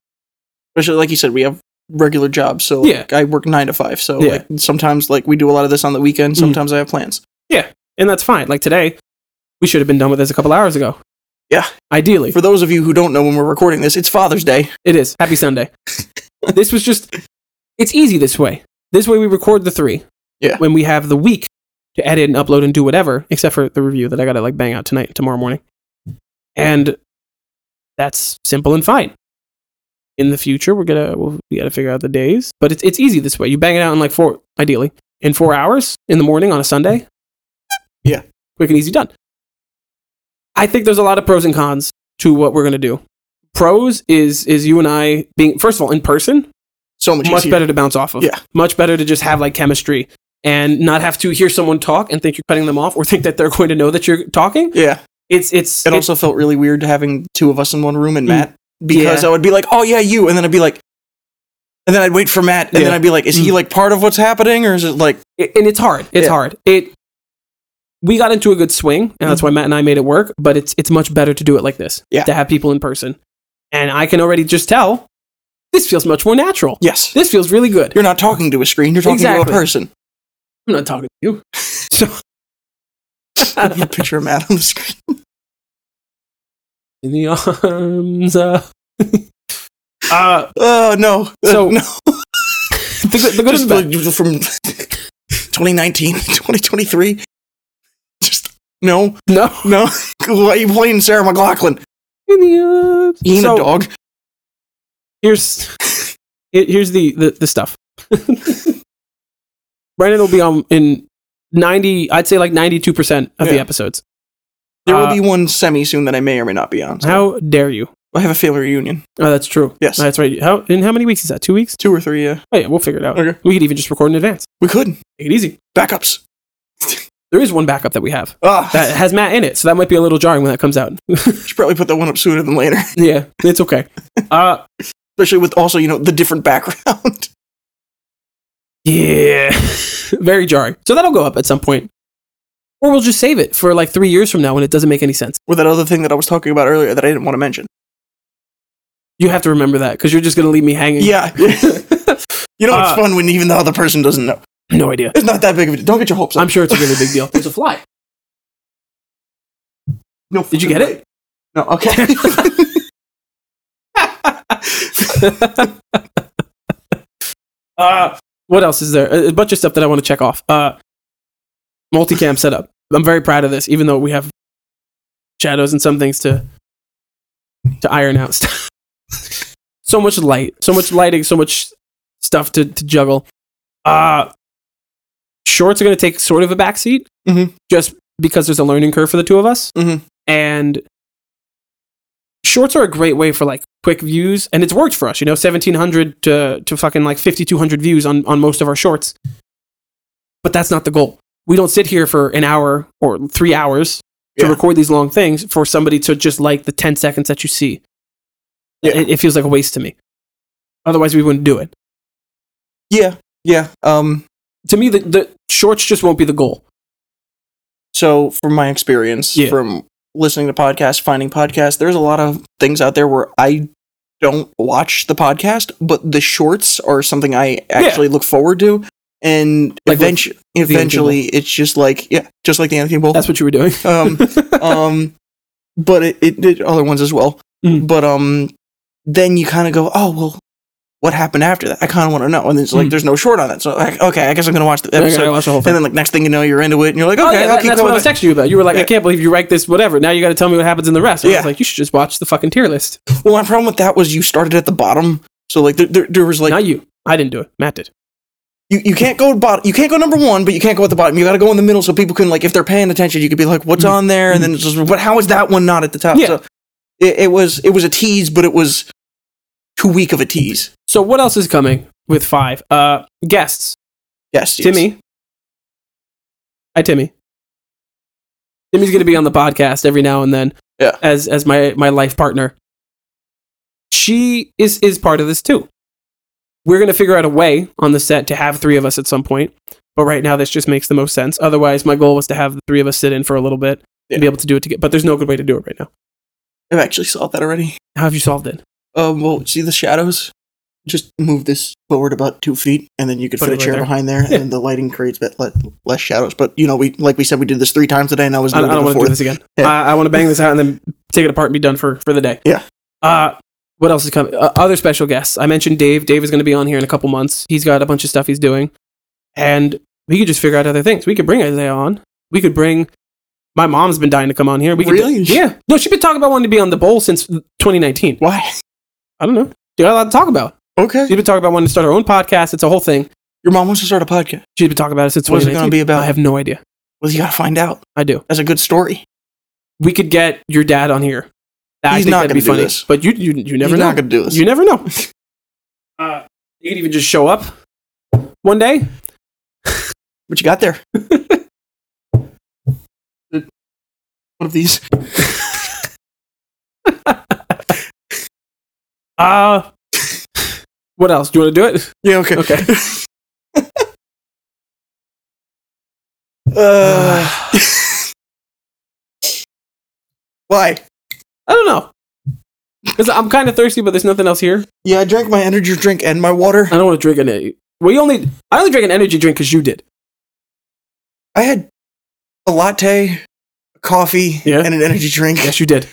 Especially like you said, we have regular jobs. So
Yeah.
like, I work nine to five. So
Yeah.
like sometimes like we do a lot of this on the weekend.
Mhm.
Sometimes I have plans.
and that's fine. Like today, we should have been done with this a couple hours ago.
Yeah.
Ideally.
For those of you who don't know when we're recording this, it's Father's Day.
it is. Happy Sunday. this was just it's easy this way. This way we record the three.
Yeah.
When we have the week to edit and upload and do whatever, except for the review that I gotta like bang out tonight, tomorrow morning. And that's simple and fine. In the future, we're gonna we'll, we gotta figure out the days, but it's it's easy this way. You bang it out in like four, ideally, in four hours in the morning on a Sunday.
Yeah.
quick and easy done. I think there's a lot of pros and cons to what we're gonna do. Pros is is you and I being first of all in person,
So much,
much
easier.
better to bounce off of.
Yeah.
much better to just have like chemistry and not have to hear someone talk and think you're cutting them off or think that they're going to know that you're talking.
Yeah.
It's it's
It also felt really weird having two of us in one room and
Mm.
Matt because
Yeah.
I would be like, oh yeah, you, and then I'd be like, and then I'd wait for Matt, and
Yeah. Mm.
then I'd be like, is he like part of what's happening or is it like
it- and it's hard. It's
Yeah.
hard. It we got into a good swing, and that's why Matt and I made it work. But it's it's much better to do it like this.
Mm-hmm. Yeah.
To have people in person, and I can already just tell this feels much more natural.
yes?
This feels really good.
You're not talking to a screen. You're talking to
Exactly.
a person.
I'm not talking to you. So
You picture of Matt on the screen.
in the arms. of- uh,
Oh no.
So-
no.
the good, the good
Just
and the bad.
like from 2019, 2023. Just no,
No.
no. Why are you playing Sarah McLaughlin?
In the arms.
You ain't
So,
a dog.
here's here- here's the the, the stuff. Brandon will be on in ninety, I'd say like ninety two percent of the
Yeah.
episodes.
There
uh,
will be one semi soon that I may or may not be on. So
How dare you?
I have a family reunion.
Oh, that's true.
Yes.
that's right. How in how many weeks is that? Two weeks?
Two or three. Yeah,
Oh yeah, we'll figure it out.
Okay.
We could even just record in advance.
we could
Take it easy.
backups.
There is one backup that we have
Ah,
that has Matt in it, so that might be a little jarring when that comes out.
should probably put that one up sooner than later.
yeah, it's okay. Uh,
Especially with also you know the different background.
yeah, very jarring. So that'll go up at some point, or we'll just save it for like three years from now when it doesn't make any sense.
or that other thing that I was talking about earlier that I didn't want to mention.
You have to remember that because you're just going to leave me hanging.
Yeah, you know
Uh,
it's fun when even the other person doesn't know.
no idea.
It's not that big of a deal. Don't get your hopes up.
I'm sure it's a really big deal. There's a fly.
No
Did you
fucking way.
get it?
No. Okay.
uh, what else is there? A a bunch of stuff that I want to check off. Uh, multicam setup. I'm very proud of this, even though we have shadows and some things to to iron out. so much light, so much lighting, so much stuff to, to juggle. Uh, shorts are going to take sort of a backseat,
Mhm.
just because there's a learning curve for the two of us,
Mhm.
and shorts are a great way for like quick views and it's worked for us you know 1700 to to fucking like 5200 views on on most of our shorts but that's not the goal we don't sit here for an hour or 3 hours to
Yeah.
record these long things for somebody to just like the 10 seconds that you see
Yeah.
it, it feels like a waste to me otherwise we wouldn't do it
yeah. Yeah. Um.
to me the, the shorts just won't be the goal
So, from my experience,
Yeah.
from listening to podcasts, finding podcasts, there's a lot of things out there where I don't watch the podcast, but the shorts are something I actually look forward to. And
Like with
eventually,
Anthony
eventually, it's just like yeah, just like the Anthony Bowl.
that's what you were doing
um, um but it, it did other ones as well
Mm.
but um then you kind of go oh well what happened after that? I kind of want to know. And it's like,
Hmm.
there's no short on that. So, like, okay, I guess I'm going to watch the
Then I
episode.
gotta watch the whole
And
thing.
then, like, next thing you know, you're into it, and you're like, okay,
oh, yeah,
I'll
that-
keep
that's
going.
what I was
back.
texting you about. You were like, I
Yeah.
can't believe you ranked this, whatever. Now you got to tell me what happens in the rest. I
Yeah.
was like, you should just watch the fucking tier list.
Well, my problem with that was you started at the bottom. So, like, there, there, there was like,
Not you. I didn't do it. Matt did.
you, you can't go bottom. You can't go number one, but you can't go at the bottom. You got to go in the middle so people can like, if they're paying attention, you could be like, what's
Mhm.
on there, and then it's just, but how is that one not at the top?
Yeah.
So it, it was it was a tease, but it was too weak of a tease.
So what else is coming with five? Uh, guests.
Yes, yes.
Timmy. Hi, Timmy. Timmy's going to be on the podcast every now and then.
Yeah.
As as my my life partner. She is is part of this too. We're going to figure out a way on the set to have three of us at some point. But right now, this just makes the most sense. Otherwise, my goal was to have the three of us sit in for a little bit
Yeah.
and be able to do it together. But there's no good way to do it right now.
I've actually solved that already.
How have you solved it?
Um, well, see the shadows. Just move this forward about two feet, and then you could
Put
fit a
it right
chair
there.
behind there,
Yeah.
and the lighting creates bit le- less shadows. But you know, we like we said, we did this three times today, and I was
I, I
doing
don't
it
want to do
before.
this again.
Yeah.
I, I want to bang this out and then take it apart and be done for, for the day.
Yeah.
Uh, what else is coming? Uh, other special guests. I mentioned Dave. Dave is going to be on here in a couple months. He's got a bunch of stuff he's doing, and we could just figure out other things. We could bring Isaiah on. We could bring. My mom's been dying to come on here. We could
Really?
yeah. No, she's been talking about wanting to be on the bowl since 2019.
Why?
I don't know. You got a lot to talk about.
Okay,
She's been talking about wanting to start her own podcast. It's a whole thing.
your mom wants to start a podcast.
She's been talking about it since
What is it
2019.
gonna be about?
I have no idea.
Well, you gotta find out.
I do.
That's a good story.
We could get your dad on here. I
He's
think
not
that'd
gonna
be
do
funny.
this.
But you, you, you never
He's
know.
not gonna do this.
You never know. uh, you could even just show up one day.
what you got there? One of these.
Uh, what else? Do you want to do it?
Yeah. Okay.
Okay.
Uh, why?
I don't know. Because I'm kind of thirsty, but there's nothing else here.
Yeah, I drank my energy drink and my water.
I don't want to drink any. We only, I only drank an energy drink because you did.
I had a latte, a coffee,
Yeah.
and an energy drink,
Yes, you did.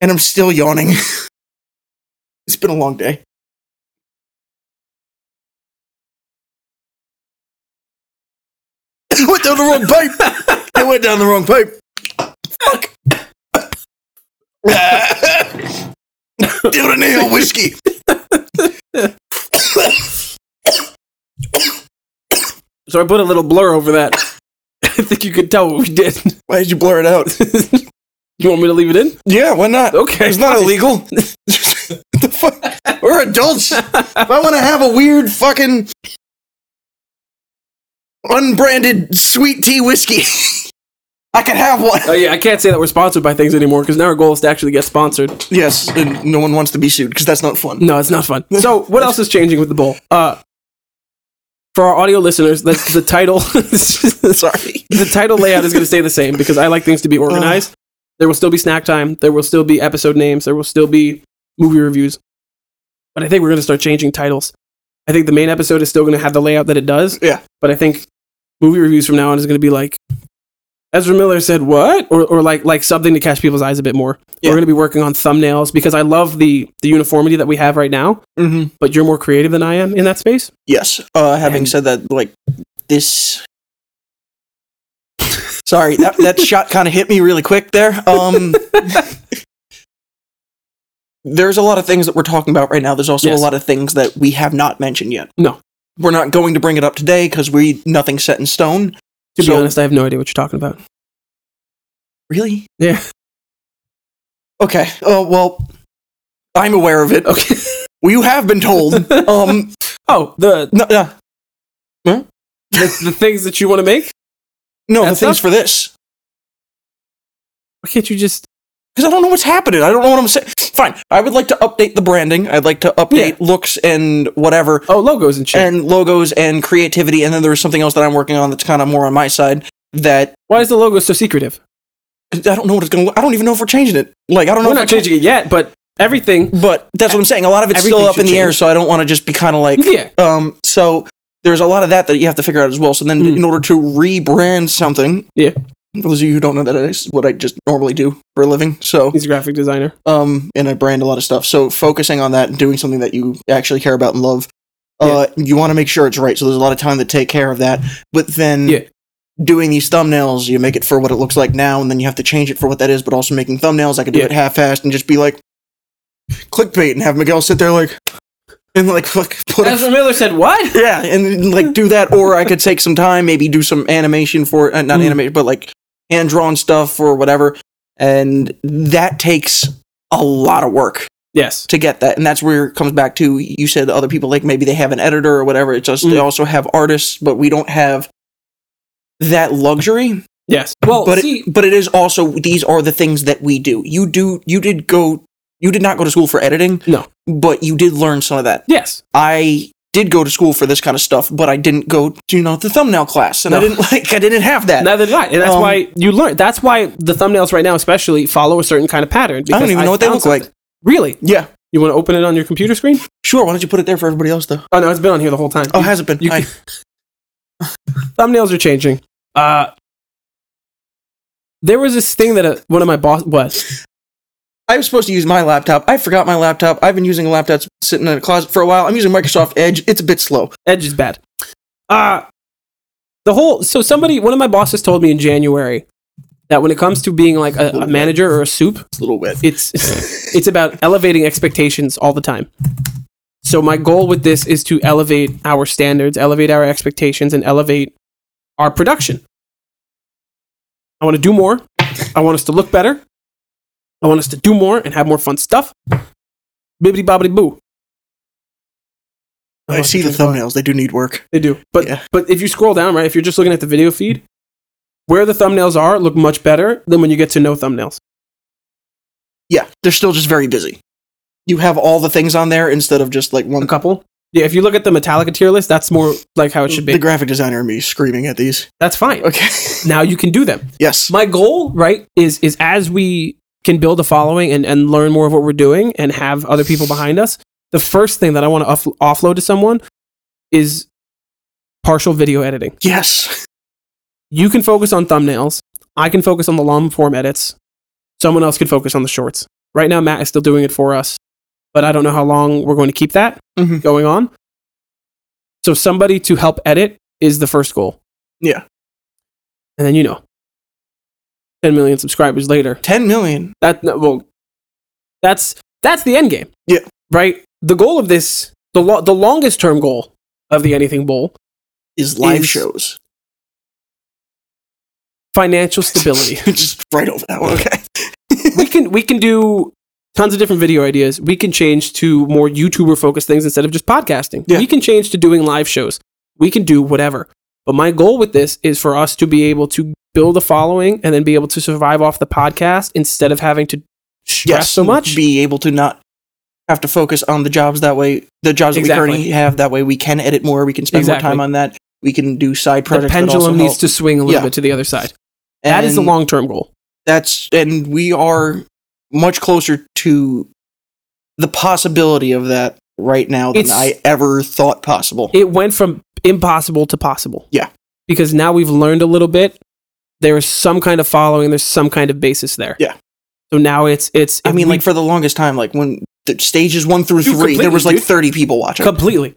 and I'm still yawning. it's been a long day. It went down the wrong pipe. It went down the wrong pipe. Fuck. Down a nail whiskey.
So I put a little blur over that. I think you could tell what we did.
Why did you blur it out?
you want me to leave it in?
Yeah, why not?
Okay.
It's not
fine.
illegal. the fuck? We're adults. If I want to have a weird fucking unbranded sweet tea whiskey, I can have one.
Oh, yeah, I can't say that we're sponsored by things anymore because now our goal is to actually get sponsored.
Yes, and no one wants to be sued because that's not fun.
No, it's not fun. So, what else is changing with the bowl? Uh, for our audio listeners, that's the title. the
Sorry.
title layout is going to stay the same because I like things
Uh.
to be organized. There will still be snack time. There will still be episode names. There will still be movie reviews. But I think we're going to start changing titles. I think the main episode is still going to have the layout that it does.
Yeah.
But I think movie reviews from now on is going to be like Ezra Miller said what, or or like like something to catch people's eyes a bit more.
Yeah.
We're going to be working on thumbnails because I love the the uniformity that we have right now
Mm-hmm.
but you're more creative than I am in that space.
Yes. Uh, having
And-
said that, like this. Sorry, that, that shot kind of hit me really quick there. Um, there's a lot of things that we're talking about right now. There's also
Yes.
a lot of things that we have not mentioned yet.
No.
we're not going to bring it up today because we nothing's set in stone.
To
So-
be honest, I have no idea what you're talking about.
Really?
Yeah.
Okay. Oh well, I'm aware of it.
Okay.
Well, you have been told. um,
Oh, the
no, no,
the, the things that you want to make.
no the
That's
things
up?
for this.
Why can't you just?
because I don't know what's happening. I don't know what I'm saying. Fine, I would like to update the branding. I'd like to update looks and whatever,
Oh, logos and shit.
and logos and creativity. And then there was something else that I'm working on that's kind of more on my side. That
Why is the logo so secretive?
I don't know what it's going. to look I don't even know if we're changing it. Like I don't know.
We're
if
not changing it yet, but everything.
But that's what I'm saying. A lot of it's still
Everything
up in
should
the air,
change.
so I don't want to just be kind of like.
Yeah.
Um. So there's a lot of that that you have to figure out as well. So then,
Mm.
in order to rebrand something,
Yeah.
For those of you who don't know, that is what I just normally do for a living. So,
He's a graphic designer.
um, and I brand a lot of stuff. So, focusing on that and doing something that you actually care about and love, uh, you want to make sure it's right. So, there's a lot of time to take care of that. But then,
Yeah.
doing these thumbnails, you make it for what it looks like now, and then you have to change it for what that is. But also making thumbnails, I could do
Yeah.
it half-assed and just be like clickbait and have Miguel sit there like and like fuck, put a
Ezra Miller said, "What?
Yeah, and like do that, or I could take some time, maybe do some animation for uh, not
Mm.
animation, but like hand drawn stuff or whatever. And that takes a lot of work
Yes,
to get that, and that's where it comes back to you said other people like maybe they have an editor or whatever. It's just they
Mm.
also have artists, but we don't have that luxury.
yes. Well,
but
see,
it, but it is also these are the things that we do. You do you did go you did not go to school for editing,
No.
but you did learn some of that.
yes,
I did go to school for this kind of stuff, but I didn't go to you know the thumbnail class, and I
No.
didn't like I didn't have that.
neither did I, and that's
Um,
why you learn. That's why the thumbnails right now, especially, follow a certain kind of pattern.
I don't even know what they
found
look like.
something. Really?
Yeah,
You want to open it on your computer screen?
sure. Why don't you put it there for everybody else though?
Oh no, it's been on here the whole time.
Oh, has it been?
you
I-
thumbnails are changing. Uh, there was this thing that uh one of my boss was.
I was supposed to use my laptop. I forgot my laptop. I've been using a laptop that's sitting in a closet for a while. I'm using Microsoft Edge. It's a bit slow.
Edge is bad. Uh, the whole so somebody one of my bosses told me in January that when it comes to being like a, a manager or a soup,
It's a little wet.
it's it's about elevating expectations all the time. So my goal with this is to elevate our standards, elevate our expectations, and elevate our production. I want to do more. I want us to look better. I want us to do more and have more fun stuff. Bibbity bobbity boo. Oh,
I see the thumbnails. They do need work.
They do. But
Yeah.
but if you scroll down, right, if you're just looking at the video feed, where the thumbnails are look much better than when you get to no thumbnails.
Yeah, they're still just very busy. You have all the things on there instead of just like
A
one.
couple. Yeah, if you look at the Metallica tier list, that's more like how it should
The
be.
graphic designer and me screaming at these.
That's fine.
Okay.
Now you can do them.
yes.
My goal, right, is is as we can build a following and, and learn more of what we're doing and have other people behind us, the first thing that I want to off- offload to someone is partial video editing.
Yes.
you can focus on thumbnails. I can focus on the long form edits. Someone else can focus on the shorts. Right now, Matt is still doing it for us, but I don't know how long we're going to keep that
Mhm.
going on. So, somebody to help edit is the first goal.
Yeah.
And then, you know, 10 million subscribers later.
Ten million.
That, no, well, that's, that's the end game.
Yeah.
Right? The goal of this, the, lo- the longest term goal of the Anything Bowl,
is live
is-
shows.
financial stability.
Just right over that one. Okay.
we can we can do tons of different video ideas. We can change to more YouTuber focused things instead of just podcasting.
Yeah.
We can change to doing live shows. We can do whatever. But my goal with this is for us to be able to build a following and then be able to survive off the podcast instead of having to stress so much.
Be able to not have to focus on the jobs that way. The jobs that
Exactly.
we currently have that way we can edit more. We can spend
Exactly.
more time on that. We can do side
the
projects. that also
pendulum needs
help.
to swing a little
Yeah.
bit to the other side. That is the
And
long term goal.
That's and we are much closer to the possibility of that right now than
It's-
I ever thought possible.
It went from impossible to possible.
Yeah.
Because now we've learned a little bit. There is some kind of following. There's some kind of basis there.
Yeah.
So now it's it's.
I mean,
we-
like for the longest time, like when the stages one through
Dude,
three, there was like
completely, dude.
thirty people watching.
completely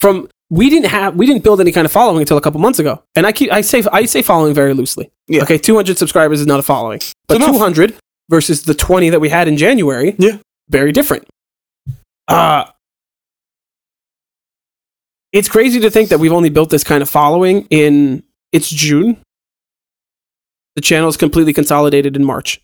from we didn't have we didn't build any kind of following until a couple months ago and i keep i say i say following very loosely
Yeah.
okay 200 subscribers is not a following but
enough.
200 versus the 20 that we had in january
Yeah.
very different uh it's crazy to think that we've only built this kind of following in it's june the channel is completely consolidated in march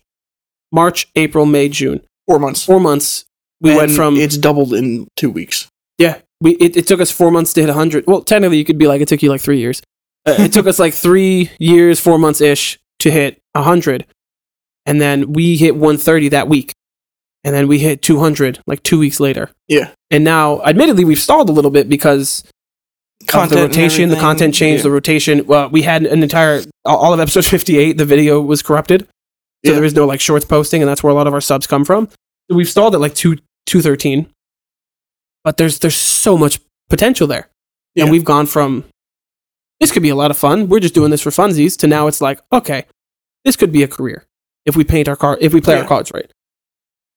march april may june
Four months.
four months we went
And
from
it's doubled in two weeks.
yeah, we it, it took us four months to hit 100. Well, technically, you could be like, it took you like three years. Uh, it took us like three years, four months ish to hit 100. And then we hit 130 that week. And then we hit 200 like two weeks later.
Yeah.
And now, admittedly, we've stalled a little bit because of
and
the rotation, the
everything.
content changed, the rotation. Well, we had an entire, all- all of episode 58, the video was corrupted. So
Yeah.
there is no like shorts posting, and that's where a lot of our subs come from. So we've stalled at like two two thirteen, but there's there's so much potential there,
Yeah.
and we've gone from this could be a lot of fun. We're just doing this for funsies to now it's like okay, This could be a career if we paint our car if we play our
Yeah.
cards right.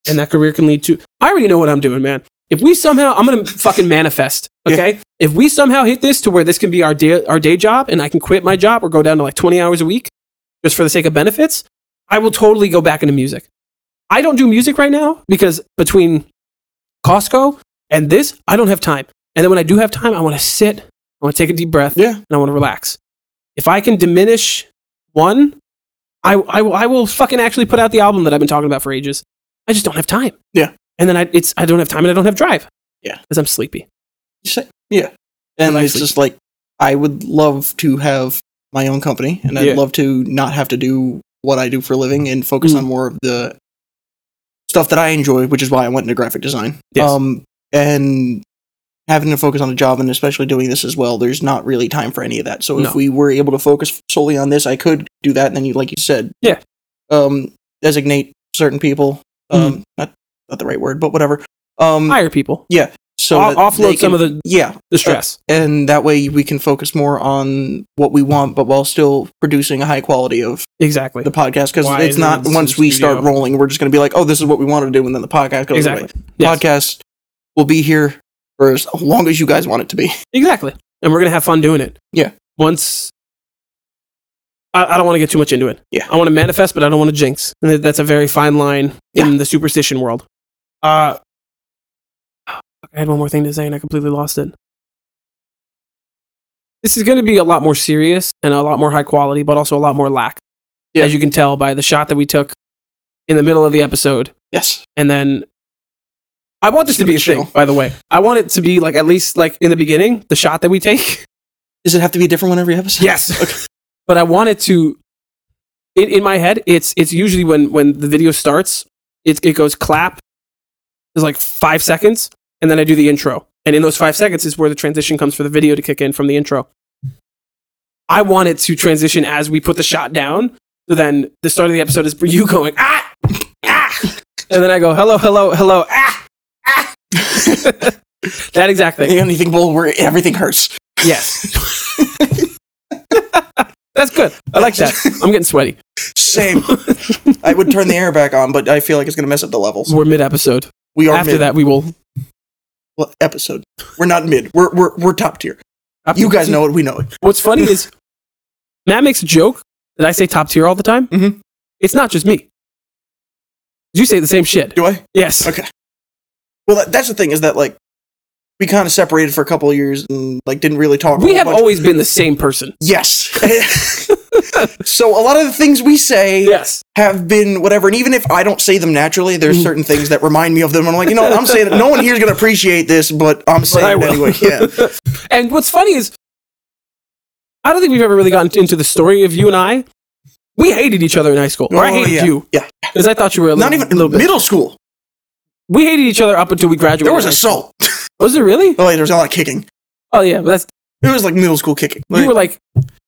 And that career can lead to I already know what I'm doing, man. If we somehow I'm gonna fucking manifest,
Yeah.
okay? If we somehow hit this to where this can be our day our day job and I can quit my job or go down to like 20 hours a week just for the sake of benefits, I will totally go back into music. I don't do music right now because between Costco and this, I don't have time. And then when I do have time, I want to sit, I want to take a deep breath,
Yeah.
and I want to relax. If I can diminish one, I, I, will- I will fucking actually put out the album that I've been talking about for ages. I just don't have time.
Yeah.
And then I, it's, I don't have time and I don't have drive.
Yeah.
Because I'm sleepy.
You say- Yeah. And
Like
it's
sleep.
just like I would love to have my own company and I'd
Yeah.
love to not have to do what I do for a living and focus
Mm.
on more of the stuff that I enjoy, which is why I went into graphic design.
Yes.
Um and having to focus on a job and especially doing this as well, there's not really time for any of that. So
No.
if we were able to focus solely on this, I could do that and then you like you said,
Yeah. Hmm.
Um designate certain people. Um not not the right word, but whatever. Um
Hire people.
so
Off-
that they
offload some
can-
of the,
yeah,
the stress.
and that way we can focus more on what we want, but while still producing a high quality of
exactly.
the podcast. Because
Why
it's
isn't
not
it in
once
the
we
studio?
start rolling, we're just going to be like, oh, this is what we want to do, and then the podcast goes
Exactly.
away.
Yes.
Podcast will be here for as long as you guys want it to be.
Exactly. And we're going to have fun doing it.
Yeah.
Once. I, I don't want to get too much into it.
Yeah.
I want to manifest, but I don't want to jinx. And that- that's a very fine line in the superstition world. Uh, I had one more thing to say and I completely lost it. This is going to be a lot more serious and a lot more high quality, but also a lot more lack.
Yeah.
As you can tell by the shot that we took in the middle of the episode
Yes,
and then I want this to be a
Traditional.
thing, by the way. I want it to be like at least like in the beginning, the shot that we take.
does it have to be different one every episode?
Yes. But I want it to in, in my head, it's it's usually when when the video starts, it it goes clap is like five seconds, and then I do the intro. And in those five seconds is where the transition comes for the video to kick in from the intro. I want it to transition as we put the shot down. So then the start of the episode is you going, ah, ah. And then I go, hello, hello, hello, ah, ah. that exact thing.
The only thing well, where everything hurts.
Yes. That's good. I like that. I'm getting sweaty.
Same. I would turn the air back on, but I feel like it's going to mess up the levels.
We're mid episode.
We are
After
mid
that, we will.
well, episode. We're not mid. We're we're we're top tier. You guys know it. We know it.
What's funny is Matt makes a joke that I say top tier all the time.
Mhm.
It's not just me. You say the same shit.
Do I?
Yes.
Okay. Well, that, that's the thing is that like we kind of separated for a couple of years and like didn't really talk. a
We
whole
have
bunch.
always been the same person.
yes. so a lot of the things we say
Yes.
have been whatever, and even if I don't say them naturally, there's
Mm-hmm.
certain things that remind me of them. I'm like, you know, what, I'm saying it. No one here's gonna appreciate this, but I'm
I
saying it
will.
anyway. Yeah.
And what's funny is I don't think we've ever really gotten into the story of you and I. We hated each other in high school. Or I
Oh,
hated
yeah.
you
Yeah.
because I thought you were a
Not
little,
even
little bit.
middle school.
We hated each other up until we graduated.
There was assault.
Was it really?
Oh, yeah, there was a lot of kicking.
Oh yeah, but that's
It was like middle school kicking. Like,
you were like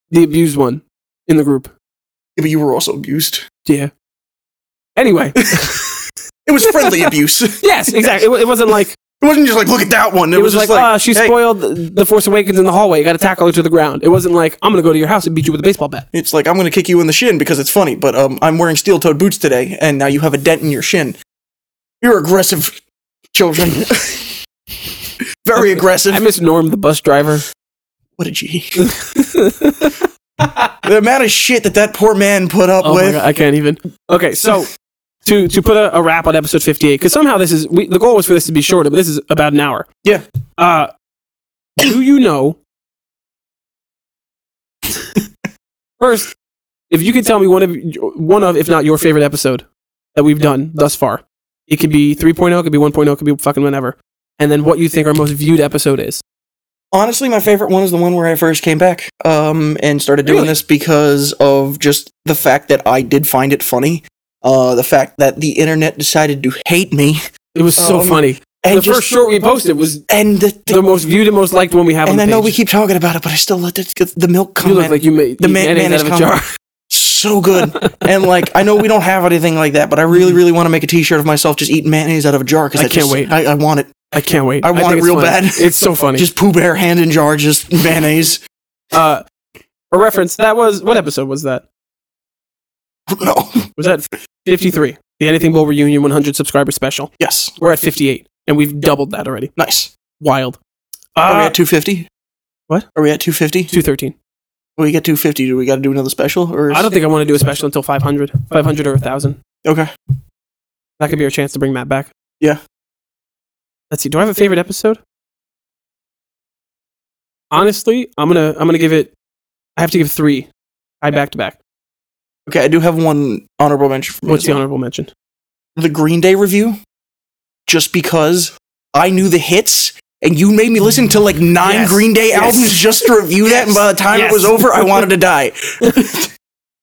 the abused one in the group.
yeah, but you were also abused.
Yeah. Anyway,
It was friendly abuse. It
yes, exactly. It, wa- it wasn't like
wasn't just like look at that one. It,
it, was, like,
just like
"Ah, she
hey.
spoiled the Force Awakens in the hallway. You got to tackle her to the ground. It wasn't like I'm gonna go to your house and beat you with a baseball bat.
It's like I'm gonna kick you in the shin because it's funny, but um, I'm wearing steel-toed boots today, and now you have a dent in your shin. You're aggressive, children. Very aggressive.
I miss Norm, the bus driver.
what a G. the amount of shit that that poor man put up
Oh my
with.
god, I can't even. Okay, so to to put a, a wrap on episode 58 because somehow this is we, the goal was for this to be shorter, but this is about an hour.
Yeah.
Uh, do you know? first, if you could tell me one of one of if not your favorite episode that we've done thus far, it could be 3.0, it could be 1.0, it could be fucking whenever, and then what you think our most viewed episode is.
Honestly, my favorite one is the one where I first came back um, and started doing
Really?
this because of just the fact that I did find it funny. Uh, the fact that the internet decided to hate me.
It was so
Um,
funny.
And
The
just,
first short we posted was
and the,
the most viewed and most liked one we have. on
and
the
I know
page.
we keep talking about it, but I still let the, the milk come.
You look like you made
The
the
man-
man,
man
out
is
of a
coming.
jar.
so good. and like, I know we don't have anything like that, but I really, really want to make a T-shirt of myself just eating mayonnaise out of a jar because
I
I,
can't
just-
wait.
I, I want it.
I can't wait.
I want
think
it
it's
real
funny.
bad.
It's so funny.
Just Pooh Bear hand in jar, just mayonnaise.
uh, for reference, that was what episode was that?
No.
Was that 53? The Anything Bowl Reunion 100 subscriber special.
Yes.
We're at 58, and we've doubled that already.
Nice.
Wild.
Are we
Uh,
at 250?
What?
Are we at 250?
213.
When we get 250, do we got to do another special? Or is-
I don't think I want to do a special until 500. 500 or 1,000.
Okay.
That could be our chance to bring Matt back.
Yeah.
Let's see. Do I have a favorite episode? Honestly, I'm gonna I'm gonna give it. I have to give three. I back to back.
Okay, I do have one honorable mention. For me
What's
as
the
well.
honorable mention?
the Green Day review? Just because I knew the hits and you made me listen to like nine
Yes.
Green Day
Yes.
albums just to review that. And by the time
Yes.
it was over, I wanted to die.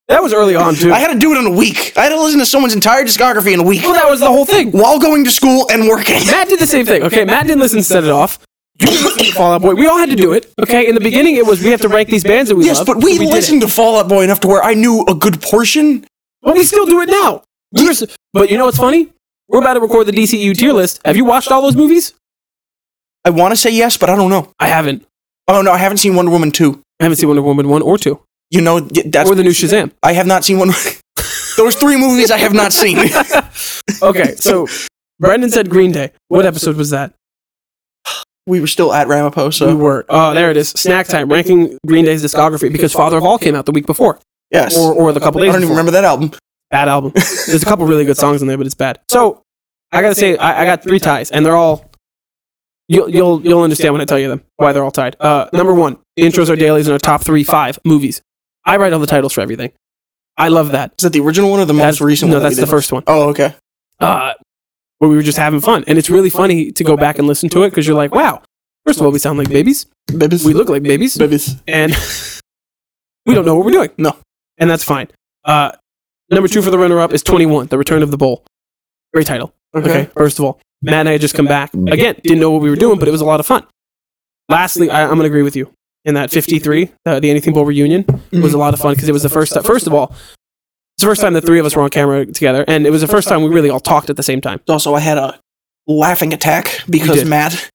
That was early on too.
I had to do it in a week. I had to listen to someone's entire discography in a week
well, that was the whole thing.
while going to school and working.
Matt did the same thing. Okay, Matt didn't listen to Set It Off. You didn't listen to Fall Out Boy. We all had to do it. Okay, in the beginning, it was we have to rank these bands that we
Yes,
love,
but
so
we,
did it.
listened to Fall Out Boy enough to where I knew a good portion.
But we still do it now. We were s- but you know what's funny? We're about to record the DCU tier list. Have you watched all those movies?
I want to say yes, but I don't know.
I haven't.
Oh no, I haven't seen Wonder Woman two.
I haven't seen Wonder Woman one or two,
You know y- that's
or the new Shazam.
I have not seen one. Those three movies I have not seen.
Okay, so Brendan said Green Day. What episode was that?
we were still at Ramapo,
we
so
were. Oh, there it is. Snack time. Ranking Green Day's discography because Father of All came out the week before,
yes.
or or the couple
I
days.
don't even
before.
remember that album.
Bad album. There's a couple really good songs in there, but it's bad. So I gotta say, I, I got three ties, and they're all. You'll you'll you'll understand when I tell you them why they're all tied. Uh, number one, intros are dailies in our top three five movies. I write all the titles for everything. I love that.
Is that the original one or the
That's
most recent
No,
one? that
that's
we
the
did?
first one.
Oh, okay.
uh, where we were just having fun. And it's really funny to go back and listen to it because you're like, wow, first of all, we sound like babies.
Babies.
We look like babies.
babies.
And we don't know what we're doing.
No.
And that's fine. Uh, number two for the runner up is 21, The Return of the Bowl. Great title.
Okay.
Okay. First of all, Matt and I had just come back. Again, didn't know what we were doing, but it was a lot of fun. Lastly, I, I'm going to agree with you. In that 53, uh, the Anything Bowl reunion was a lot of fun because it was the first time. First of all, it's the first time the three of us were on camera together, and it was the first time we really all talked at the same time.
Also, I had a laughing attack because
did.
Matt,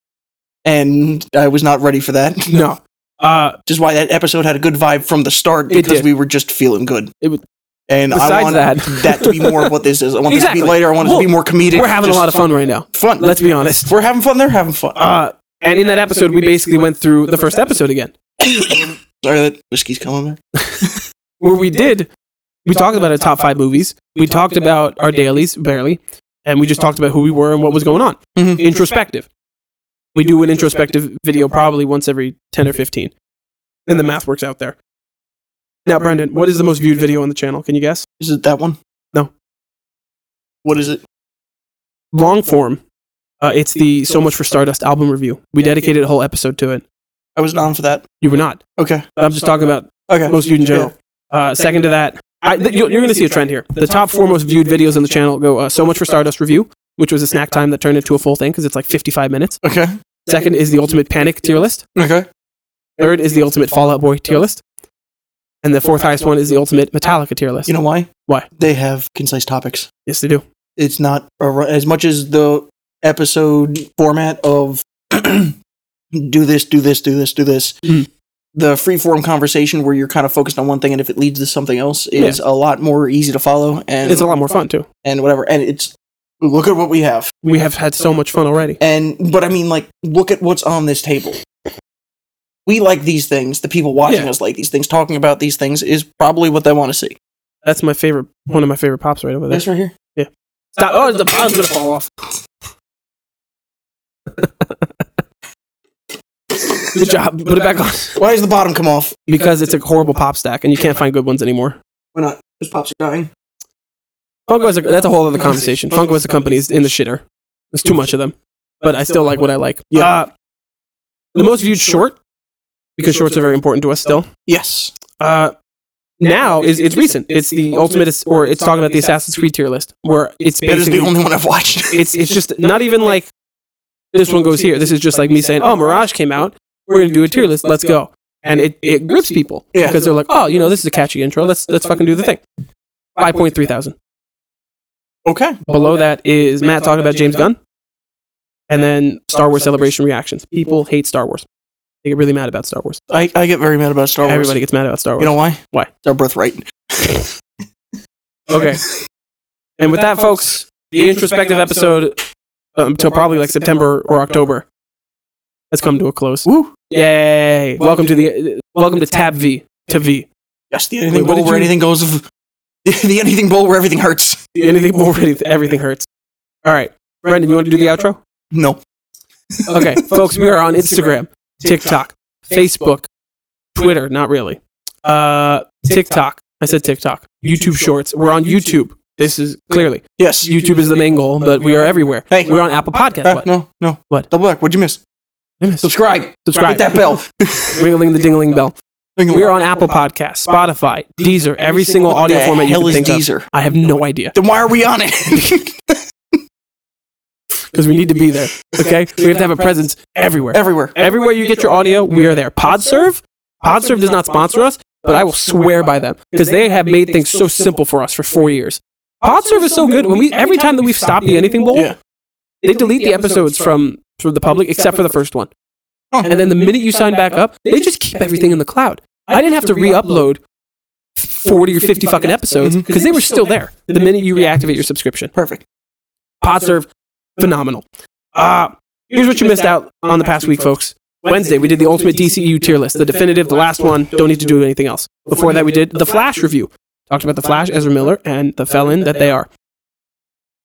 and I was not ready for that. Which
No. Uh,
is why that episode had a good vibe from the start
It
because
did.
we were just feeling good.
It was-
and I
Besides
want
that-
that. to be more of what this is. I want this to
Exactly.
be later. I want it to be
Well,
more comedic.
we're having a
just
lot of fun right now.
Fun.
Let's be honest.
If we're having fun. They're having fun.
Uh, and in that episode, we basically went through the first episode again,
Sorry, that whiskey's coming back.
where we did. We talked about our top five movies. We talked about our dailies, barely. And we just talked about who we were and what was going on.
Mhm.
Introspective. We do an introspective video probably once every 10 or 15. And the math works out there. Now, Brendan, what is the most viewed video on the channel? Can you guess?
Is it that one?
No.
What is it?
Long form. Uh, it's the So Much for Stardust album review. We dedicated a whole episode to it.
I was not on for that.
You were not.
Okay.
I'm just talking about
Okay.
most viewed in general. Uh, second to that, I, th- you're, you're going to see a trend here. The top four most viewed videos on the channel go uh, so much for Stardust Review, which was a snack time that turned into a full thing because it's like 55 minutes.
Okay.
Second is the Ultimate Panic tier list.
Okay.
Third is the Ultimate Fallout Boy tier list. And the fourth highest one is the Ultimate Metallica tier list.
You know why?
Why?
They have concise topics.
yes, they do.
It's not a, ru- as much as the episode format of do this, do this, do this, do this.
Mhm.
The freeform conversation where you're kind of focused on one thing, and if it leads to something else, is a lot more easy to follow and
It's a lot more fun, too.
and whatever. And it's look at what we have.
We have had so much fun already.
And but I mean, like, look at what's on this table. We like these things. The people watching
Yeah.
us like these things. Talking about these things is probably what they want to see.
That's my favorite, one of my favorite pops right over there.
This right here.
Stop. Oh, the bottom's going to fall off. Good job. Put it back on.
Why does the bottom come off?
because it's a horrible pop stack and you can't find good ones anymore.
Why not? Because pops are dying.
Funko is a, that's a whole other conversation. Funko as a company is in the shitter. There's too much of them, but I still like what I like.
Yeah.
Uh, the most viewed short because shorts are very important to us still.
Yes.
Uh, now is it's recent. It's the ultimate ass- or it's talking about the Assassin's Creed tier list where it's
That is the
basically
only one I've watched.
it's it's just not even like this one goes here. This is just like me saying, "Oh, Mirage came out. We're gonna do a tier list. Let's go." And it, it grips people
Yeah.
because they're like, "Oh, you know, this is a catchy intro. Let's let's fucking do the thing." Five point three thousand.
okay.
Below that is Matt talking about James Gunn, and then Star Wars Celebration reactions. People hate Star Wars. They get really mad about Star Wars.
I, I get very mad about Star Wars.
Everybody gets mad about Star Wars.
You know why?
Why?
It's our birthright.
Okay. And with that, folks, the introspective episode um, until probably like September or October has come to a close.
Woo!
Yay! Welcome to the uh, welcome to Tab V. Tab V.
Yes, the anything
Wait, what
bowl
did
where
you-
anything goes. Of, the anything bowl where everything hurts.
Anything already, everything hurts. All right, Brendan, you want to do the outro?
No.
Okay, folks, we are on Instagram, TikTok, Facebook, Twitter. Not really. Uh, TikTok. I said TikTok. YouTube Shorts. We're on YouTube. This is clearly
Yes.
YouTube is the main goal, but we are everywhere.
Hey.
We're on Apple Podcast.
Uh,
What?
no. No.
What?
Double back. What'd you miss? Subscribe.
Subscribe.
Hit that bell.
Ringling the dingling bell. We
We're
are on Apple Podcasts, Spotify, Deezer, every single audio format you
hell
can
is
think of.
Deezer?
I have no idea
Then why are we on it?
because we need to be there. Okay, we have to have a presence everywhere.
Everywhere.
Everywhere you get your audio, we are there. PodServe, PodServe does not sponsor us, but I will swear by them because they have made things so simple for us for four years. PodServe is so good. When we every time that we've stopped the Anything Bowl,
Yeah.
they delete the episodes from from the public except for the first one.
Huh.
And then the minute you sign back up, they just keep everything in the cloud. I didn't have to re-upload 40 or 50 fucking episodes
Mhm.
because they were still there the minute you reactivate your subscription.
Perfect.
PodServe, phenomenal. Uh, here's what you missed out on the past week, folks. Wednesday, we did the Ultimate DCEU tier list, the definitive, the last one. Don't need to do anything else. Before that, we did the Flash review. Talked about the Flash, Ezra Miller, and the felon that they are.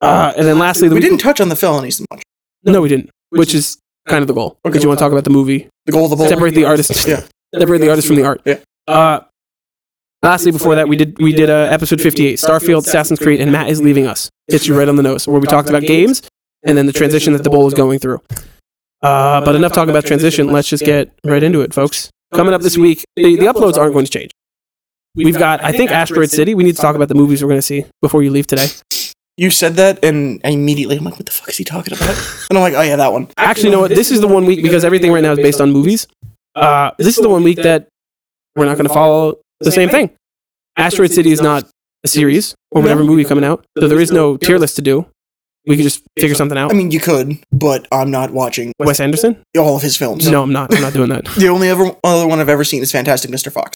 Uh, and then lastly, the
We didn't touch on the felonies much.
No, we didn't. Which is kind of the goal because you want to talk about the movie,
The goal of the bowl.
separate the artist,
Yeah.
separate the artist from the art.
Yeah.
Uh, lastly, before that, we did we did uh, episode 58, Starfield, Assassin's Creed, and Matt is leaving us. Hits you right on the nose, where we talked about games and then the transition that the bowl is going through. Uh, but enough talking about transition. Let's just get right into it, folks. Coming up this week, the, the uploads aren't going to change. We've got, I think, Asteroid City. We need to talk about the movies we're going to see before you leave today.
You said that, and I immediately I'm like, "What the fuck is he talking about?" and I'm like, "Oh yeah, that one."
Actually, you know what? This is the one week because everything right now is based on movies. Uh, this is the one week that we're not going to follow the same thing. Asteroid City is not a series or whatever movie coming out, so there is no tier list to do. We can just figure something out.
I mean, you could, but I'm not watching
Wes Anderson?
all of his films.
No, I'm not. I'm not doing that.
The only other, other one I've ever seen is Fantastic Mr. Fox.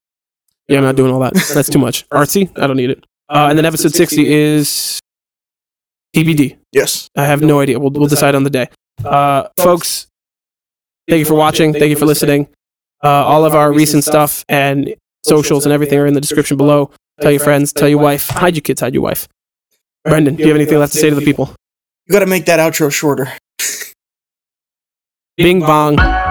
Yeah, I'm not doing all that. That's too much. Artsy? I don't need it. Uh, and then episode 60 is TBD.
Yes.
I have no idea. We'll, we'll decide on the day. Uh, folks, thank you for watching. Thank you for listening. Uh, all of our recent stuff and socials and everything are in the description below. Tell your friends, tell your wife, hide your kids, hide your wife. Brendan, do you have anything left to say to the people?
You got to make that outro shorter.
Bing bong.